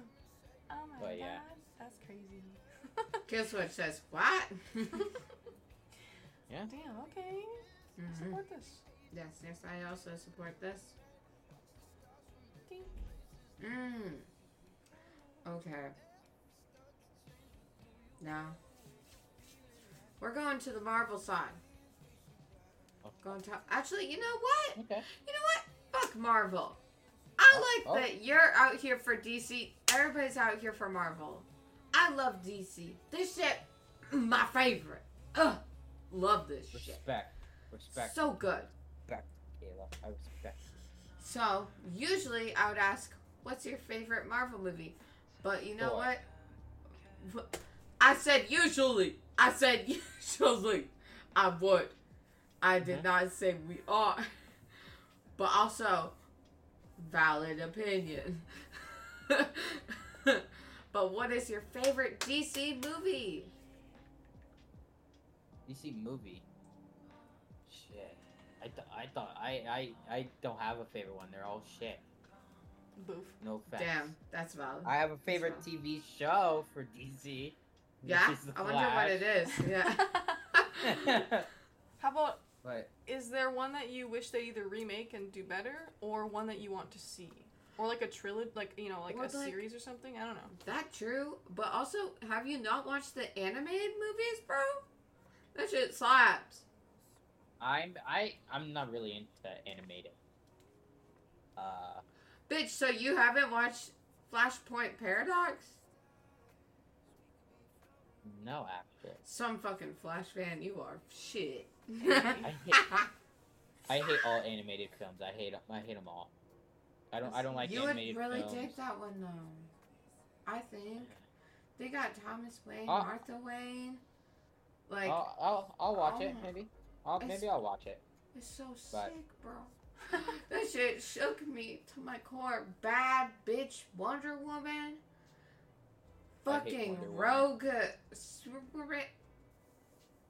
Oh my But god, yeah. that's crazy. Kill Switch says what? Mm-hmm. Yeah. Damn. Okay. I Mhm. Support this. Yes, yes, I also support this. Ding. Mm. Okay, No. We're going to the Marvel side. Oh. Going to actually, you know what? Okay. You know what? Fuck Marvel. I Oh, like that you're out here for DC. Everybody's out here for Marvel. I love DC. This shit, my favorite. Ugh, love this shit. Respect. Respect. So good. respect, Kayla. I respect. So usually I would ask, "What's your favorite Marvel movie?" But you know Thor. what? Wh- I said usually. I said usually. I would. I did Mhm. not say we are. But also, valid opinion. but what is your favorite DC movie? DC movie. Shit. I, th- I thought I, I I don't have a favorite one. They're all shit. Boof. No offense. Damn, that's valid. I have a favorite TV show for DC. which yeah, is The I wonder what it is. Yeah. Flash. How about but is there one that you wish they either remake and do better, or one that you want to see, or like a trilogy, like you know, like Or a like- series or something? I don't know. That true, but also, have you not watched the animated movies, bro? That shit slaps. I'm I I'm not really into animated. Uh, Bitch, so you haven't watched Flashpoint Paradox? no, actually, Some fucking Flash fan you are. Shit. I hate I hate all animated films. I hate I hate them all. I don't I don't like You would animated really films. dig that one though. I think they got Thomas Wayne, Oh. Martha Wayne. Like I'll, I'll I'll watch oh it my- maybe. I'll it's- maybe I'll watch it. it's so But- sick, bro. That shit shook me to my core. Bad bitch Wonder Woman. I hate Fucking Wonder Woman. rogue Superman.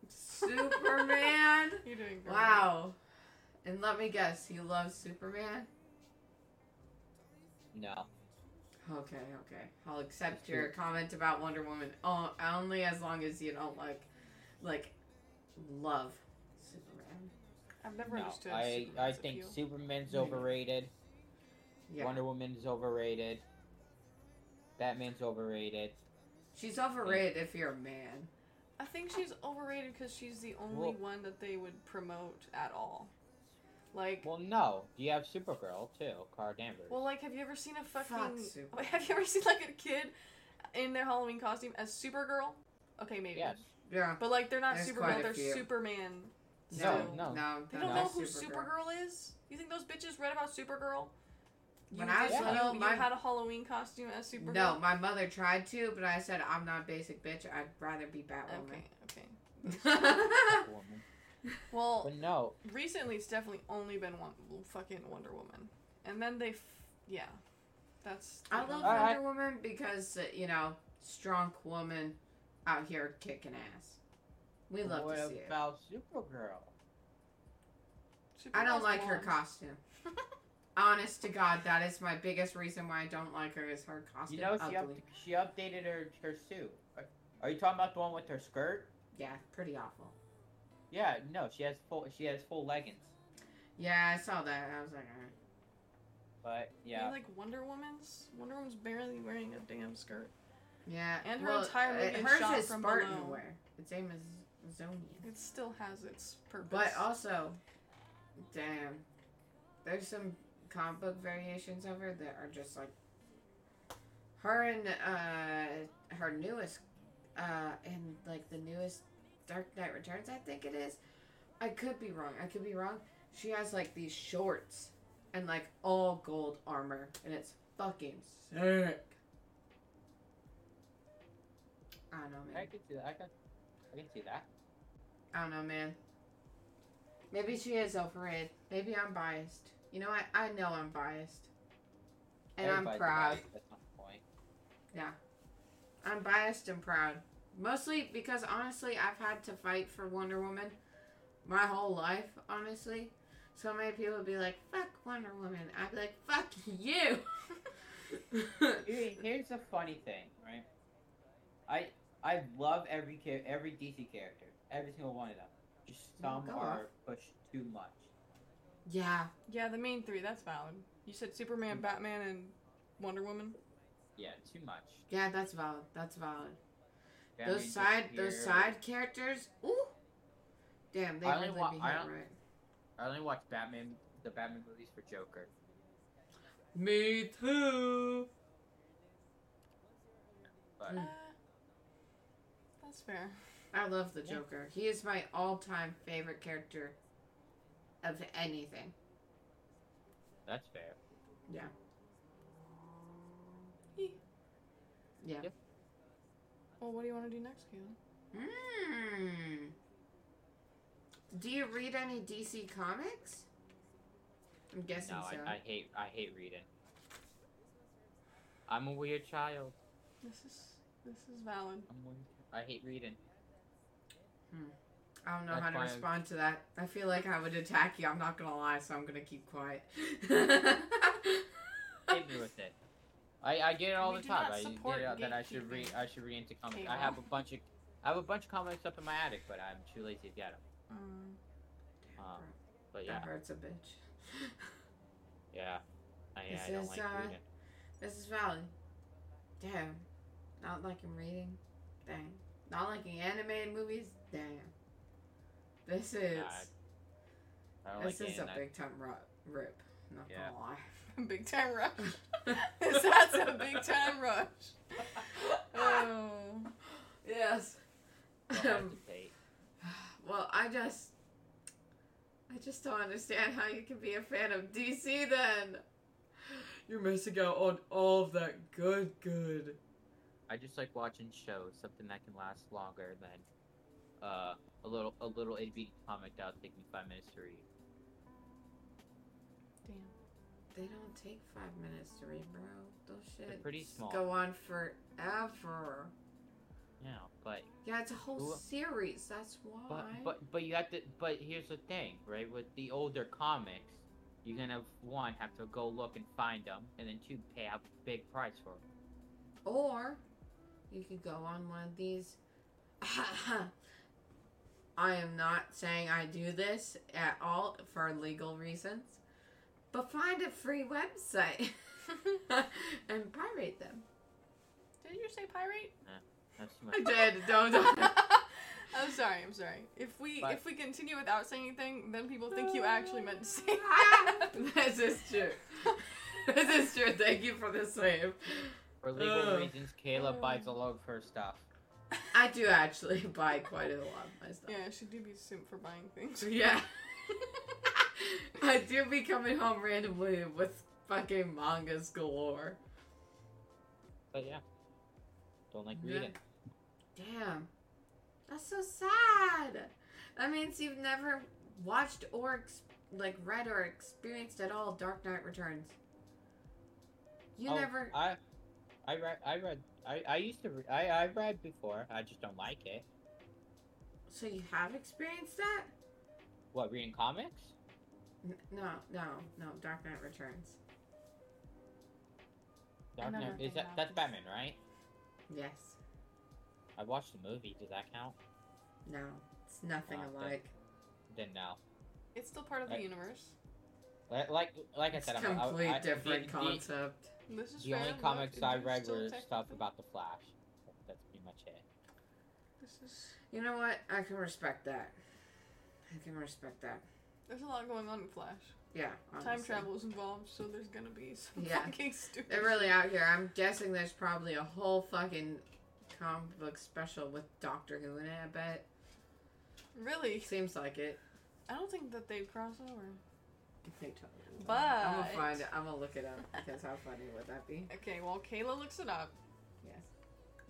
Superman. You're doing great. wow. And let me guess, you love Superman? No, Okay, okay. I'll accept your comment about Wonder Woman o- only as long as you don't like, like, love Superman. I've never no. understood. I I Superman's think appeal. Superman's Yeah. overrated. Yeah. Wonder Woman's overrated. Batman's overrated. She's overrated if you're a man. I think she's overrated because she's the only Well- one that they would promote at all. Like, well, Well, no, you have Supergirl too, Cara Danvers. like, have you ever seen a Fuck fucking? Superman. have you ever seen like a kid in their Halloween costume as Supergirl? Okay, maybe. yes. Yeah. But like, they're not There's quite a Supergirl. They're few. Superman. No, So- no. no. They don't No. know who Supergirl. is. You think those bitches read about Supergirl? When you I was did- little, you, you my- had a Halloween costume as Supergirl. No, my mother tried to, but I said I'm not a basic bitch. I'd rather be Okay. Batwoman. Okay. Woman. Well, But no, recently it's definitely only been one fucking Wonder Woman, and then they, f- yeah, that's. I love All right. Wonder Woman because uh, you know, strong woman out here kicking ass. We love what to see it. about Supergirl? I don't Supergirl's like her blonde. costume. Honest to God, that is my biggest reason why I don't like her is her costume. You know, she, ugly. up, she updated her, her suit. Are, are you talking about the one with her skirt? Yeah, pretty awful. Yeah, no, she has full she has full leggings. Yeah, I saw that. I was like, all right. But You yeah, like Wonder Woman's. Wonder Woman's barely wearing a damn skirt. yeah. And her well, entire uh, movie is hers shot is from Spartan below. wear. It's Amazonian. It still has its purpose. But also, damn, there's some comic book variations of her that are just like her and uh, her newest uh, and like the newest Dark Knight Returns, I think it is. I could be wrong. I could be wrong. She has like these shorts and like all gold armor, and it's fucking sick. I don't know, man. I can see that. I can, I can see that. I don't know, man. Maybe she is overrated. Maybe I'm biased. You know what? I know I'm biased. And I'm Everybody's proud. biased at some point. I'm biased and proud. Mostly because honestly, I've had to fight for Wonder Woman my whole life, honestly. So many people would be like, fuck Wonder Woman. I'd be like, fuck you. Here- Here's the funny thing, right? I I love every char- every DC character, every single one of them. Just some Mm, Go are pushed too much. yeah. yeah, the main three. That's valid. You said Superman, Mm. Batman, and Wonder Woman. Yeah, too much. Yeah, that's valid. That's valid. family Those side those disappear. side characters, ooh, damn, they I only really wa- be I hit don't- right. I only watch Batman, the Batman movies for Joker. Me too. But Mm. Uh, that's fair. I love the Yeah. Joker. He is my all-time favorite character of anything. that's fair. Yeah. Yep. Well, what do you want to do next, Caleb? Hmm. Do you read any DC comics? I'm guessing No, so. I, I hate I hate reading. I'm a weird child. This is this is valid. I'm weird. I hate reading. I don't know That's how to why I'm- respond to that. I feel like I would attack you. I'm not gonna lie, so I'm gonna keep quiet. Hit me with it. I, I get it all We the do time. not I support get it out that I should read gatekeeping. I should read into comics. I Cable. have a bunch of I have a bunch of comics up in my attic, but I'm too lazy to get them. Um, Um, but yeah, That hurts a bitch. yeah, I, This I don't is, like uh, reading. This is valid. Damn. Not liking reading. Dang. Not liking animated movies. Damn. This is I don't this like is a reading. I- big time ru- rip. Not Yeah. gonna lie. big time rush. That's a big time rush. Oh, yes. I'll have Um, to take- well, I just, I just don't understand how you can be a fan of DC then. You're missing out on all of that good, good. I just like watching shows, something that can last longer than uh, a little a little itty bitty comic that'll take me five minutes to read. damn. They don't take five minutes to read, bro. Those shit pretty small. go on forever. Yeah, but Yeah, it's a whole Well, series. That's why. but but but you have to. But here's the thing, right? With the older comics, you're gonna one have to go look and find them, and then two pay a big price for them. Or you could go on one of these. I am not saying I do this at all for legal reasons, but find a free website and pirate them. Did you say pirate? That's too much. I did. Don't. I'm sorry. I'm sorry. If we But- if we continue without saying anything, then people think you actually meant to say. that. this is true. This is true. Thank you for the save. For legal Ugh. reasons, Kayla Ugh. buys a lot of her stuff. I do actually buy quite a lot of my stuff. yeah, she do be simp for buying things. Yeah. I do be coming home randomly with fucking mangas galore. But yeah, don't like Yeah. reading. Damn. That's so sad. That means you've never watched or ex- like read or experienced at all Dark Knight Returns. You Oh, never I, I read. I read. I, I used to. Re- I I read before. I just don't like it. so you have experienced that? What reading comics? N- no, no, no, Dark Knight Returns. Dark Another Knight thing is that about that's this- Batman, right? Yes. I watched the movie. Does that count? No. It's nothing Ah, that- alike. Then no. It's still part of the Right. universe. Like like, like I It's said, I'm- I- complete I- different the, concept. This is The, the fair only enough. comics It I is read still were stuff technically- about the Flash. That's pretty much it. This is. You know what? I can respect that. I can respect that. There's a lot going on in Flash. Yeah. Time honestly. travel is involved, so there's gonna be some Yeah. fucking stupid. They're really out here. I'm guessing there's probably a whole fucking comic book special with Doctor Who in it, I bet. Really? Seems like it. I don't think that they cross over. They totally will. But- I'm gonna find it. I'm gonna look it up because how funny would that be? Okay, well Kayla looks it up. Yes.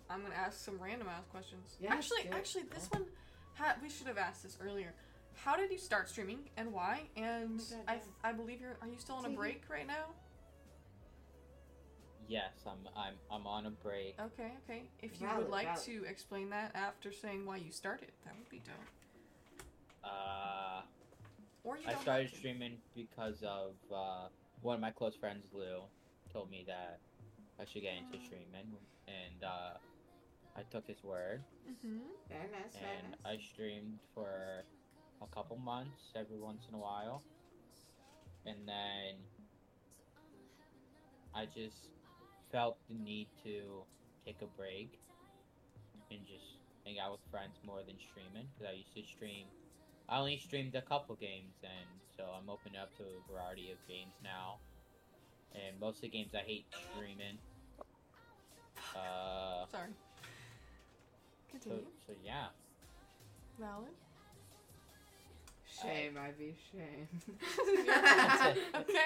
I'm gonna ask some random ass questions. Yeah, actually, do it. actually, this one, ha- we should have asked this earlier. How did you start streaming and why? And Oh my God, I, I believe you're. Are you still on a See? break right now? Yes, I'm I'm I'm on a break. Okay, okay. If you Valid, would like valid. to explain that after saying why you started, that would be dope. Uh, Or you I don't. started have to. streaming because of uh, one of my close friends, Lou, told me that I should get into streaming, and uh, I took his word. Mhm. Very nice. Very and nice. I streamed for a couple months every once in a while. And then I just felt the need to take a break and just hang out with friends more than streaming because I used to stream. I only streamed a couple games, and so I'm open up to a variety of games now. And most of the games I hate streaming. Uh, Sorry. so, Continue. so yeah, Valid. Shame, Ivy. You're the Shame. one- okay.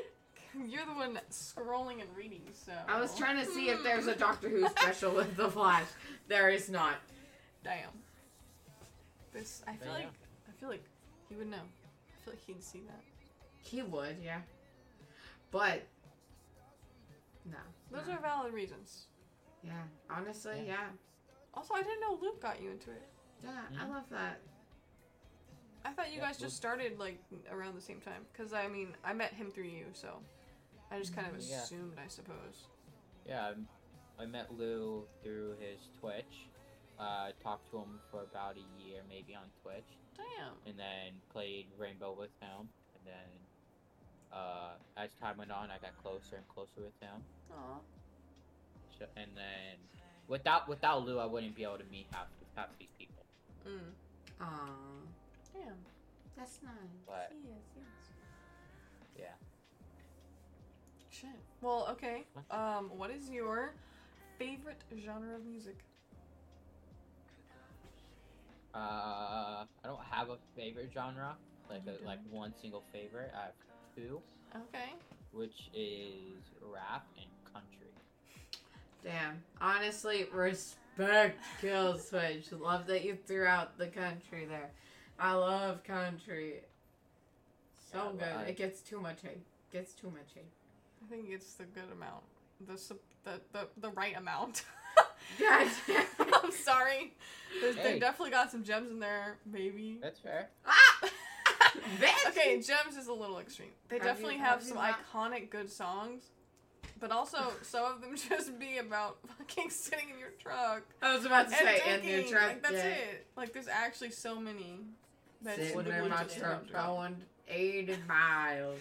You're the one scrolling and reading, so. I was trying to see if there's a Doctor Who special with the Flash. There is not. Damn. This. I feel There you like. I feel like he would know. I feel like he'd see that. He would, yeah. But no. Those no. Mm-hmm. are valid reasons. yeah. Honestly, yeah. Also, I didn't know Luke got you into it. Yeah, I Mhm. love that. I thought you Yeah, guys Luke. just started like around the same time, because I mean, I met him through you, so I just kind of Mhm. Yeah. assumed, I suppose. yeah. I'm, I met Lou through his Twitch. Uh, talked to him for about a year, maybe on Twitch. Damn. and then played Rainbow with him, and then uh, as time went on, I got closer and closer with him. Aw. So, and then without without Lou, I wouldn't be able to meet half half these people. Mm. Um, Damn. that's nice. But Yes. Yes. yeah, Shit. Well, okay. What? Um, what is your favorite genre of music? uh, I don't have a favorite genre, like You a, like one single favorite. I have two, Okay. which is rap and country. Damn. Honestly, respect Kill Switch. love that you threw out the country there. I love country. So Yeah, but good. I- It gets too much hate. Gets too much hate. I think it's the good amount. The sup- the the, the right amount. God I'm sorry. There's, They Hey. definitely got some gems in there, maybe. That's fair. Ah! Eh. Bitch! okay, gems is a little extreme. They Have you- definitely have, have you some not- iconic good songs, but also some of them just be about fucking sitting in your truck I was about to and say, and drinking. you're trying like that's yeah. it. Like there's actually so many. That's Sitting Sitting in in my the truck truck. going 80 miles.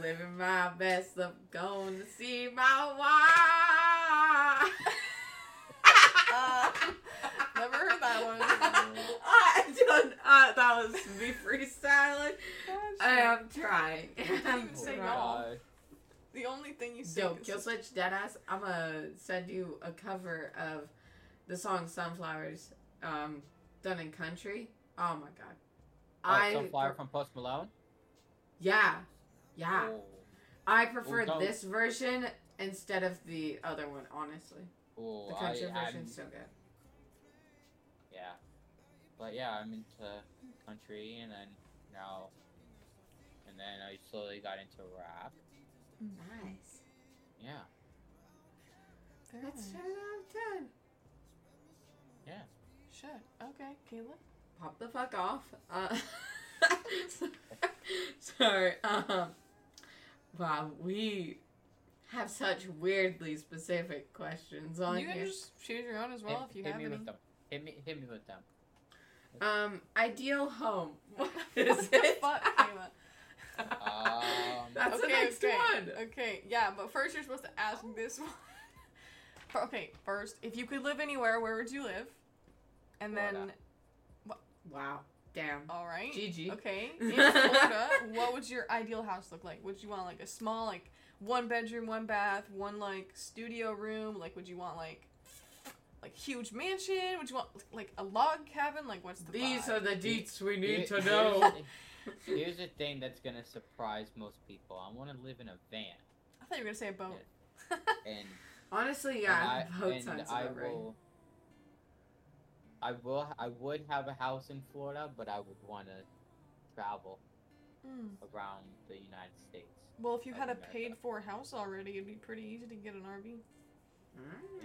Living my best up, going to see my wife. Uh, never heard that one. I don't, uh, that was me freestyling. I am trying. I'm even say trying. no. Uh, The only thing you Yo, sing is Killswitch Deadass, I'm gonna send you a cover of the song Sunflowers um, done in country. Oh my god. oh, Sunflower from Post Malone. Yeah. Yeah. I prefer don't- this version instead of the other one, honestly. Oh, The oh, country I, I'm- version's so good. Yeah. But yeah, I'm into country and then now and then I slowly got into rap. Nice. Yeah. Very That's nice. ten out of ten. Shit. Okay, Kayla. Pop the fuck off. Uh, sorry. Um, wow, we have such weirdly specific questions on you can here. just choose your own as well hit, if you hit have me any. with them. Hit me hit me with them. Um, ideal home. What What is the it? fuck, Kayla? Um, That's the next okay. one. Oh. Okay, yeah, but first you're supposed to ask this one. For- okay, first, if you could live anywhere, where would you live? And then, Florida. Wow. Damn. all right. GG. Okay, in Florida, what would your ideal house look like? Would you want like a small, like one bedroom, one bath, one like studio room? Like, would you want like like huge mansion? Would you want like a log cabin? Like, what's the These vibe? are the deets we here- need to here's know. the- Here's the thing that's gonna surprise most people. I wanna live in a van. I thought you were gonna say a boat. And Honestly, yeah, and I, both and sides I of the road. will I will I would have a house in Florida, but I would wanna travel Hmm. around the United States. Well, if you I had a remember. paid for house already, it'd be pretty easy to get an RV.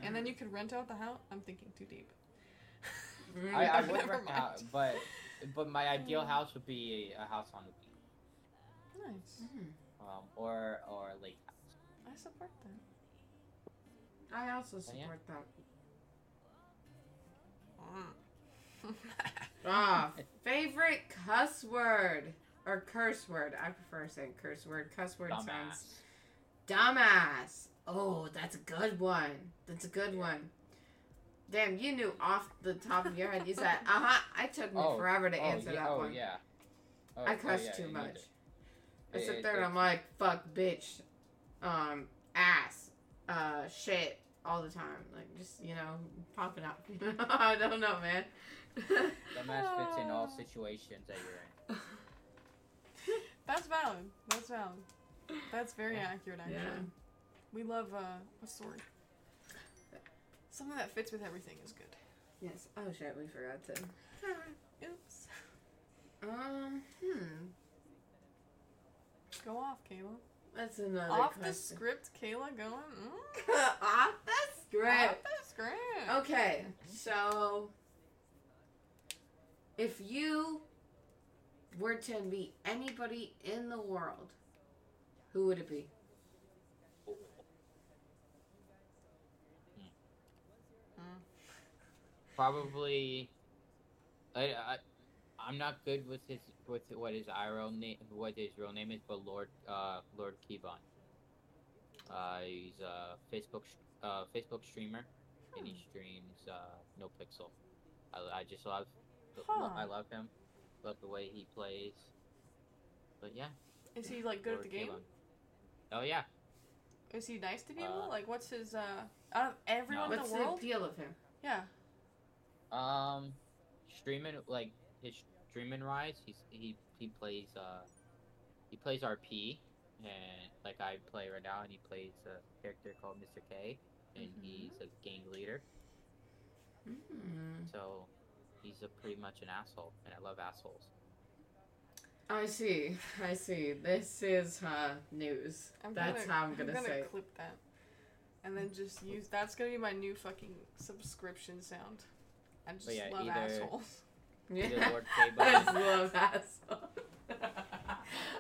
And then you could rent out the house. I'm thinking too deep. Mm. I, I Never would rent mind. out, but but my ideal Mm. house would be a house on the beach, Nice. Mm. um, or or a lake house. I support that. I also Oh, yeah. support that. Mm. Ah, favorite cuss word or curse word. I prefer saying curse word. Cuss word sounds Dumbass. dumbass. Oh, that's a good one. That's a good one. Damn, you knew off the top of your head. You said, uh huh. It took me Oh, forever to oh, answer yeah, that oh, one. yeah. Oh, I oh, cussed yeah, too you much. did. I It- sit it- there and it- I'm like, fuck, bitch, um, ass, uh, shit, all the time. Like, just, you know, popping up. I don't know, man. The mask fits in all Ah. situations that you're in. That's valid. That's valid. That's very Yeah. accurate, actually. yeah. We love uh, a sword. Something that fits with everything is good. Yes. Oh, shit, we forgot to. Oops. Um, hmm. Go off, Kayla. That's another off the question. script, Kayla going. Mm, Off the script. Off the script. Okay, so if you were to be anybody in the world, who would it be? Probably, I, I, I'm not good with his with what his real name what his real name is, but Lord uh Lord Kevon. Uh, he's a Facebook sh- uh Facebook streamer, and he Hmm. streams uh No Pixel. I, I just love Huh. I love him, love the way he plays. But yeah, Is he like good at the game? Kevon. Oh yeah, Is he nice to people? Uh, like, what's his? uh Out of everyone in What's the world, deal of him? yeah. Um, streaming like his streaming rise. He's he he plays uh he plays RP and like I play right now, and he plays a character called Mr. K, and Mhm. he's a gang leader. Hmm. So he's a pretty much an asshole, and I love assholes. I see. I see. This is uh, news. I'm That's gonna, how I'm gonna, say. it. clip that, and then just use. That's gonna be my new fucking subscription sound. I just yeah, love either- assholes. He's a Yeah. Lord I K. just love asshole.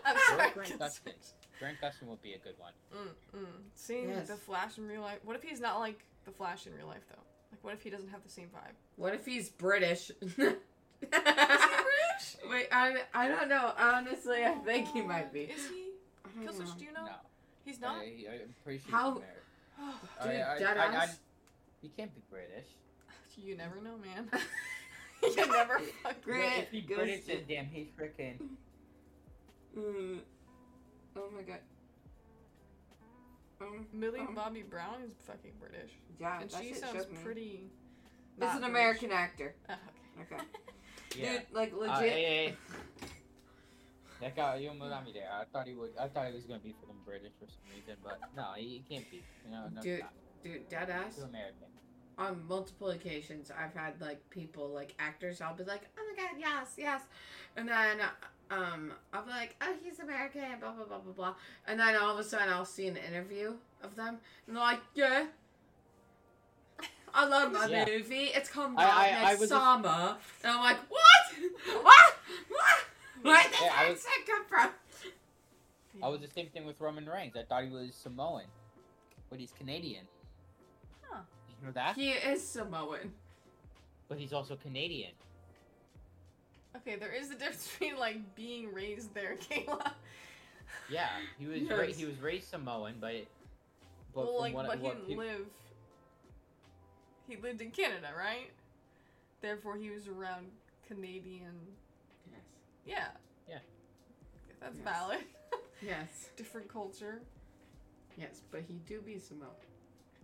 I'm sorry. Grant I'm Gustin. sorry. Grant Gustin would be a good one. Mm, mm. Seeing Yes. the Flash in real life. What if he's not like the Flash in real life though? Like, what if he doesn't have the same vibe? What if he's British? Is he British? Wait, I I don't know. Honestly, I think he might be. Is he? I don't know. Killswitch, do you know? No, He's I, not. I- I'm pretty sure How- he's married. Dude, I- I- dead I- I- ass. he can't be British. you never know, man. you never fucking. Grant if he Gustin. British, then damn, he's freaking. Mm. Oh my god. Um, Millie Um. Bobby Brown is fucking British, yeah, and that she shit sounds shook me. pretty. It's not an British. American actor. Oh, Okay. Yeah. Dude, like legit. Uh, hey, hey. That guy, you almost got me there. I thought he would. I thought he was gonna be from the British for some reason, but no, he, he can't be. No, no, Dude. not. Dude, dead ass. He's American. On multiple occasions, I've had like people, like actors, I'll be like, oh my god, yes, yes. And then um, I'll be like, oh, he's American, blah, blah, blah, blah, blah. And then all of a sudden, I'll see an interview of them, and they're like, yeah. I love my Yeah. movie. It's called I- I- Madness I was- Summer. And I'm like, what? What? What? Where did Yeah, that I accent was- come from? okay. I was the same thing with Roman Reigns. I thought he was Samoan, but he's Canadian. Huh. You know that? He is Samoan. But he's also Canadian. Okay, there is the difference between like being raised there, Kayla. Yeah, he was. Ra- Yes. he was raised Samoan, but. But well, from like, what, but he what didn't peop- live. He lived in Canada, right? Therefore, he was around Canadian. Yes. Yeah. Yeah. That's Yes. valid. Yes. Different culture. Yes, but he do be Samoan.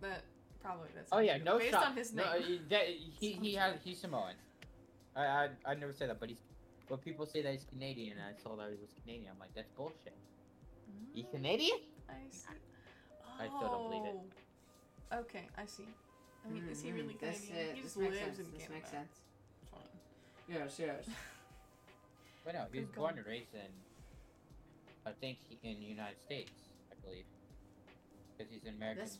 That probably that's. Oh not yeah, true. no Based shot. on his name. No, uh, he, that, he, he has he's Samoan. I, I I never said that, but he's. But people say that he's Canadian, and I saw that he was Canadian. I'm like, that's bullshit. You Mm, Canadian? I see. I still don't believe it. Oh. Okay, I see. I mean, is he Mhm, really this Canadian? he is- this just makes lives sense, in this Canada. makes sense. Fine. Yes, yes. Well, no, he was Good born God. and raised in, I think, he, in the United States, I believe, because he's an American This-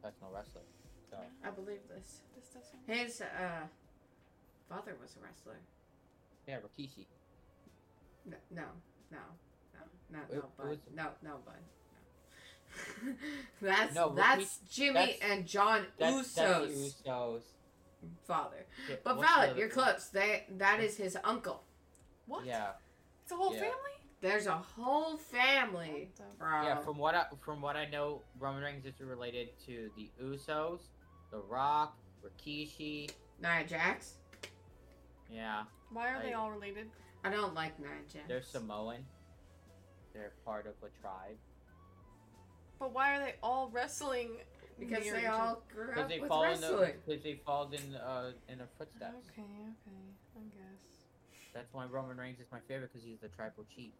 professional wrestler. So I believe this. This doesn't. His uh, father was a wrestler. yeah, Rikishi. No, no, no, no, no, It- no, it bud. was- no, no, bud. No. that's No, but that's Jimmy that's- and John That's, Uso's that's the Usos. father. Yeah, But what's the valid, other you're one? close. They that is his uncle. What? Yeah, It's a whole Yeah. family. There's a whole family, What the- bro. yeah. From what I from what I know, Roman Reigns is related to the Usos, The Rock, for Kishi. Nia Jax? Yeah, Why are they I- all related? I don't like Nia Jax. they're Samoan. They're part of a tribe. But why are they all wrestling? Because near they each other? all grew Because up they with fall in the, wrestling. because they followed in uh in their Okay, footsteps. okay, I guess. That's why Roman Reigns is my favorite because he's the tribal chief,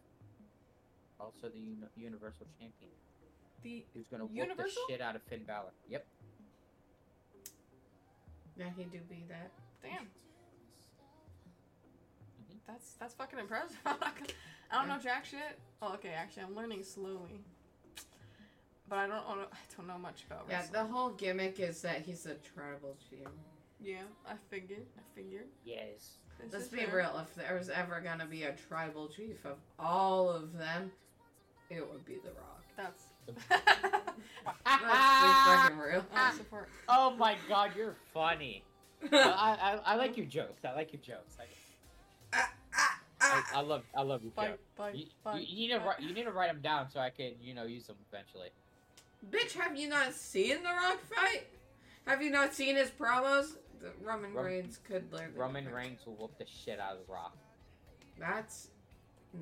also the uni- universal champion. The Who's gonna whoop Universal? the shit out of Finn Balor? Yep. Yeah, he do be that. damn. Mm-hmm. That's that's fucking impressive. I'm not gonna- I don't know jack shit. Oh, okay, actually, I'm learning slowly. But I don't know, I don't know much about Yeah, wrestling. the whole gimmick is that he's a tribal chief. Yeah, I figured. I figured. Yes. This Let's is be fair. real, if there was ever gonna be a tribal chief of all of them, it would be The Rock. That's. Let's be oh fucking real. I support. my god, you're funny. I, I, I like your jokes. I like your jokes. I, I, Ah, I love I love your Bye, jokes. bye, You, you, bye. you need to write, you need to write them down so I can you know use them eventually. Bitch, have you not seen The Rock fight? Have you not seen his promos? The Roman Rom- Reigns could literally. Roman Reigns will whoop the shit out of the Rock. That's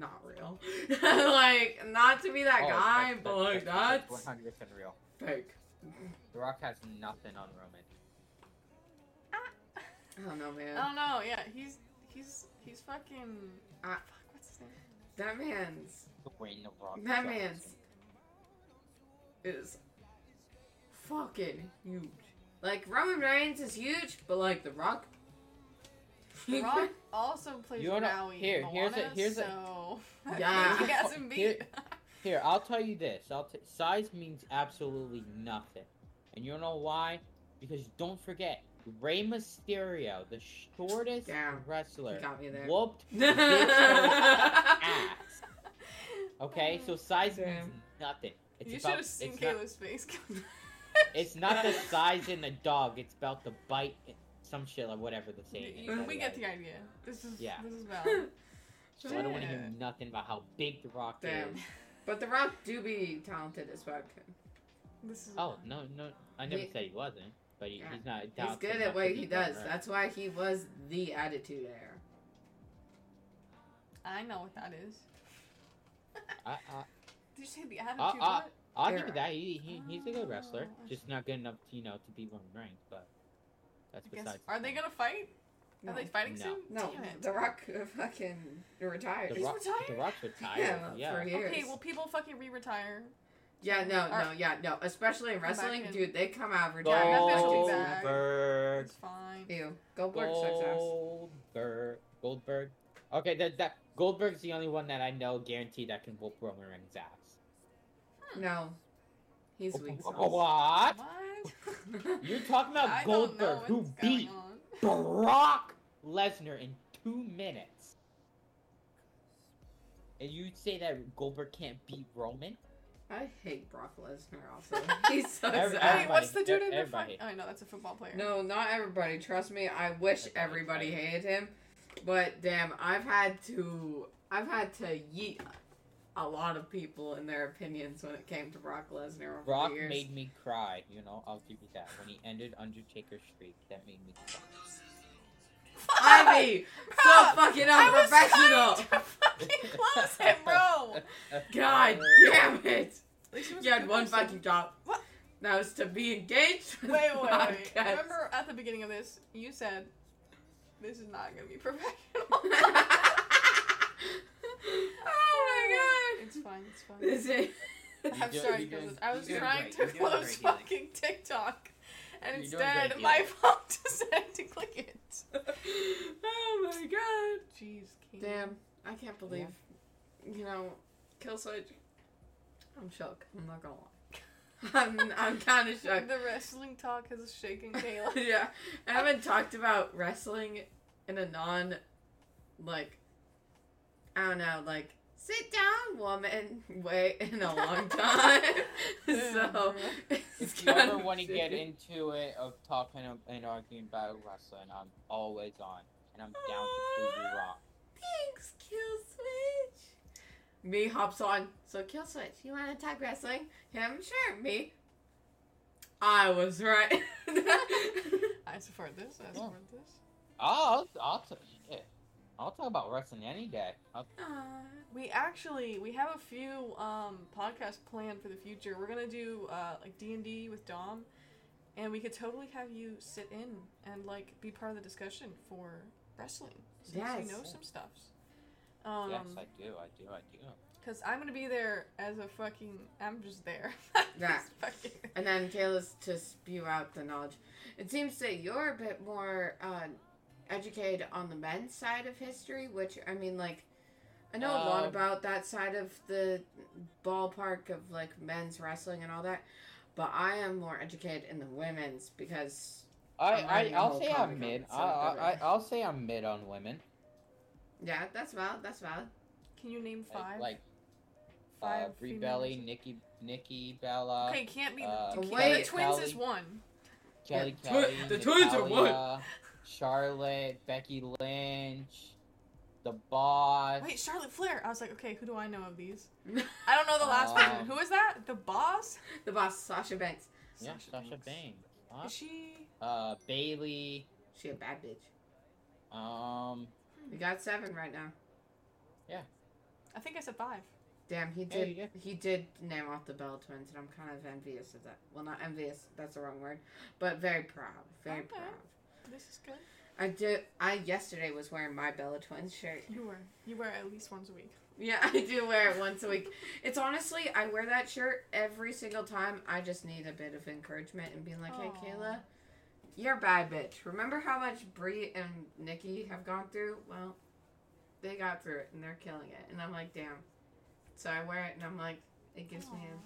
not real. like, not to be that Oh, guy, that's- but like, that's, one hundred percent real. fake. The Rock has nothing on Roman. I don't know, man. I don't know. Yeah, he's he's he's fucking. Ah. fuck, what's his name? that man's Dwayne the Rock. That Johnson. man's- is fucking huge. Like, Roman Reigns is huge, but like, The Rock. The Rock also plays You wanna- Maui. here, in here's a- Moana, here's a- so... Yeah. he has him beat. Here- Here, I'll tell you this. I'll t- size means absolutely nothing, and you know why? Because don't forget, Rey Mysterio, the shortest Yeah, wrestler, got me there. whooped Damn. ass. Okay, so size means Damn. nothing. It's you should about have it's seen not, Kayla's face. it's not the size in the dog. It's about the bite, some shit like whatever the You- saying. is. you- we anyway. get the idea. This is Yeah. this is valid. So I don't want to hear Yeah. nothing about how big the Rock Damn. is. But The Rock do be talented as fuck. This is Oh no, no, I never He- said he wasn't, but he, Yeah. he's not. He's talented good at enough what to he beat does. Rock. That's why he was the Attitude Era. I know what that is. I, I, Did you say the attitude? Uh, uh, Era? I'll give Era. you that. He, he he's a good wrestler, Oh, I just not good enough, you know, to be Roman Reigns. But that's I guess- besides. the Are they point. gonna fight? No, Are they fighting No. soon? no Damn it. The Rock uh, fucking retired. The, He's Rock, the retired? Rock's retired. yeah, Yeah. for years. Okay, well people fucking re-retire. yeah, no, no, Or- yeah, no. Especially in Come back wrestling, in. dude, they come out of Yeah, retirement. that's after too two bad. seasons. Goldberg. It's fine. Ew, Goldberg sucks ass. Goldberg. Goldberg. Okay, that that Goldberg's the only one that I know guaranteed that can whoop Roman Reigns' ass. No, he's Oh, weak. sauce. What? What? You're talking about I don't know Goldberg, what's who going beat on. Brock Lesnar in two minutes. And you say that Goldberg can't beat Roman? I hate Brock Lesnar. Also, he's so Every- sad. Wait, what's the dude in the Everybody. fight? Oh, I know that's a football player. No, not everybody. Trust me. I wish everybody hated him, but damn, I've had to, I've had to yeet a lot of people in their opinions when it came to Brock Lesnar over Brock the years. made me cry, you know, I'll give you that. When he ended Undertaker's streak, that made me cry. Fuck! Ivy, so Bro, fucking I was unprofessional. trying to fucking close him, bro. At God damn it! least it was You a had good one person. fucking job. What? That was to be engaged. for the Wait, wait, wait. podcast. Remember at the beginning of this, you said this is not gonna be oh professional. my god! it's fine. It's fine. This is. I'm do- sorry, you do- Joseph. I you was do trying great. to You do close great, Eli. fucking TikTok, and You're doing great, instead Eli. my phone decided to click it. oh my god! Jeez, King. Damn, I can't believe, you know, kill switch. I'm shook. I'm not gonna lie. I'm, I'm kind of shook. The wrestling talk has shaken Kayla. yeah, I haven't talked about wrestling in a non, like, I don't know, like sit down woman way in a long time. so If it's you ever kinda want to get shaky. into it of talking of- and arguing about wrestling, I'm always on. And I'm down to prove you wrong. Thanks, Kill Switch. Me hops on. So Kill Switch, you want to talk wrestling? Him, sure. Me. I was right. I I support this. I Yeah. support this. I'll, I'll, t- yeah. I'll talk about wrestling any day. I'll- We actually we have a few um, podcasts planned for the future. We're gonna do uh, like D and D with Dom, and we could totally have you sit in and like be part of the discussion for wrestling since Yes. you know some stuffs. Um, yes, I do. I do. I do. Cause I'm gonna be there as a fucking. I'm just there. Yeah. Just fucking- And then Kayla's to spew out the knowledge. It seems that you're a bit more uh, educated on the men's side of history, which, I mean, like, I know a lot Um, about that side of the ballpark of, like, men's wrestling and all that, but I am more educated in the women's because, I, I'm writing I, a I'll whole say comic I'm on mid. it, so I, it doesn't- I, I- I'll say I'm mid on women. yeah, that's valid, that's valid. Can you name Like- five? Like, uh, Five Brie females. Belly, Nikki, Nikki Bella, okay, can't be. uh, the, Wait. the twins Kelly. is one. Kelly The twi- Kelly, the twins are one. Natalia, Charlotte, Becky Lynch, The Boss. Wait, Charlotte Flair. I was like, okay, who do I know of these? I don't know the last Um, person. Who is that? The boss? the boss, Sasha Banks. yeah, Sasha Banks. Banks. Is she? Uh, Bailey. She a bad bitch. Um, We got seven right now. I think I said five. Damn, he There you did. He did name off the Bell twins, and I'm kind of envious of that. Well, not envious. That's the wrong word, but very proud. Very Okay. proud. This is good. I did. I yesterday was wearing my Bella Twins shirt. You wear you wear at least once a week. Yeah, I do wear it once a week. It's honestly, I wear that shirt every single time. I just need a bit of encouragement and being like, Aw. "Hey, Kayla, you're a bad bitch. Remember how much Brie and Nikki have gone through? Well, they got through it, and they're killing it. And I'm like, damn. So I wear it, and I'm like, it gives me Aw, an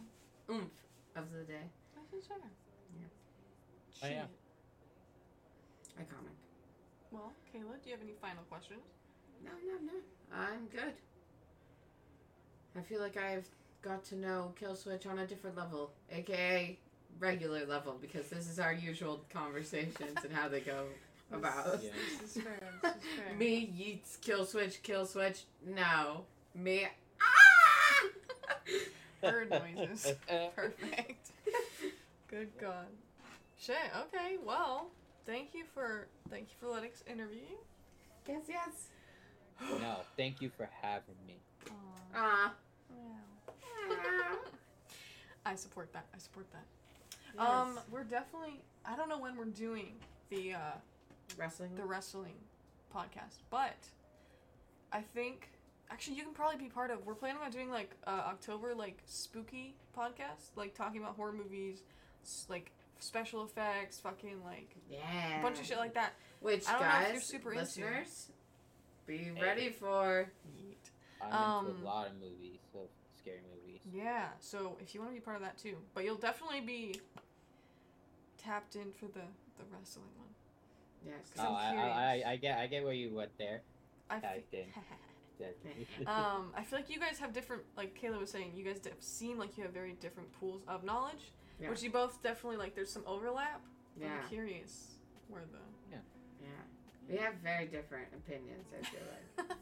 oomph of the day. that's what's there. Yeah. Oh, yeah. Shit. Iconic. Well, Kayla, do you have any final questions? No, no, no. I'm good. I feel like I've got to know Kill Switch on a different level, aka regular level, because this is our usual conversations and how they go about. This, Yeah. this is fair. This is fair. Me yeets Kill Switch, Kill Switch. No, me. Ah! Bird noises. Perfect. Good God. Shit. Okay. Well, thank you for thank you for letting us interview you. yes, yes. no, thank you for having me. Aw, Ah. wow. Ah. I support that. I support that. Yes. Um, we're definitely. I don't know when we're doing the uh, wrestling. the wrestling podcast, but I think actually you can probably be part of. We're planning on doing like uh, October like spooky podcast, like talking about horror movies, s- like special effects, fucking like yeah. a bunch of shit like that. Which I don't know if guys, you're super into. Eh. listeners, be ready for. I'm Um, into a lot of movies, so scary movies. Yeah. So if you want to be part of that too, but you'll definitely be tapped in for the the wrestling one. Yes. I'm Oh, I, I, curious. I, I get, I get where you went there. I Tapped in. That- um, I feel like you guys have different, like Kayla was saying, you guys de- seem like you have very different pools of knowledge, Yeah. which you both definitely like. There's some overlap. but Yeah. I'm curious where the Yeah. We have very different opinions, I feel like.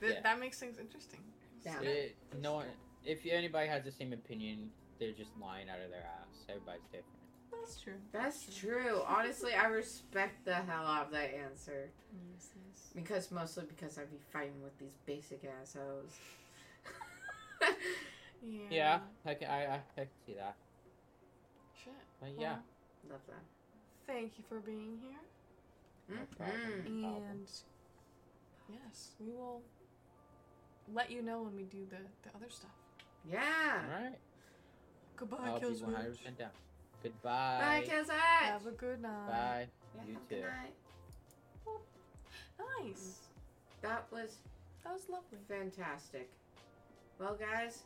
Th- Yeah. that makes things interesting. Yeah. It- no one, if anybody has the same opinion, they're just lying out of their ass. Everybody's different. That's true. That's true. Honestly, I respect the hell out of that answer. Yes, yes. Because mostly because I'd be fighting with these basic assholes. Yeah. Yeah, I can, I, I, I can see that. Shit. But yeah, Well, Love that. thank you for being here. No problem. Mhm. And problem. yes, we will let you know when we do the the other stuff. Yeah. all right. Goodbye, I'll be Kills. 100 down. Bye, Goodbye. Kelsey. Have a good night. Bye. Yeah, You have a too. good night. Nice. That was That was lovely. fantastic. Well, guys,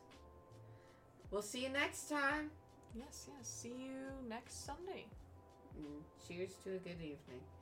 we'll see you next time. Yes, yes. See you next Sunday. And cheers Mm, to a good evening.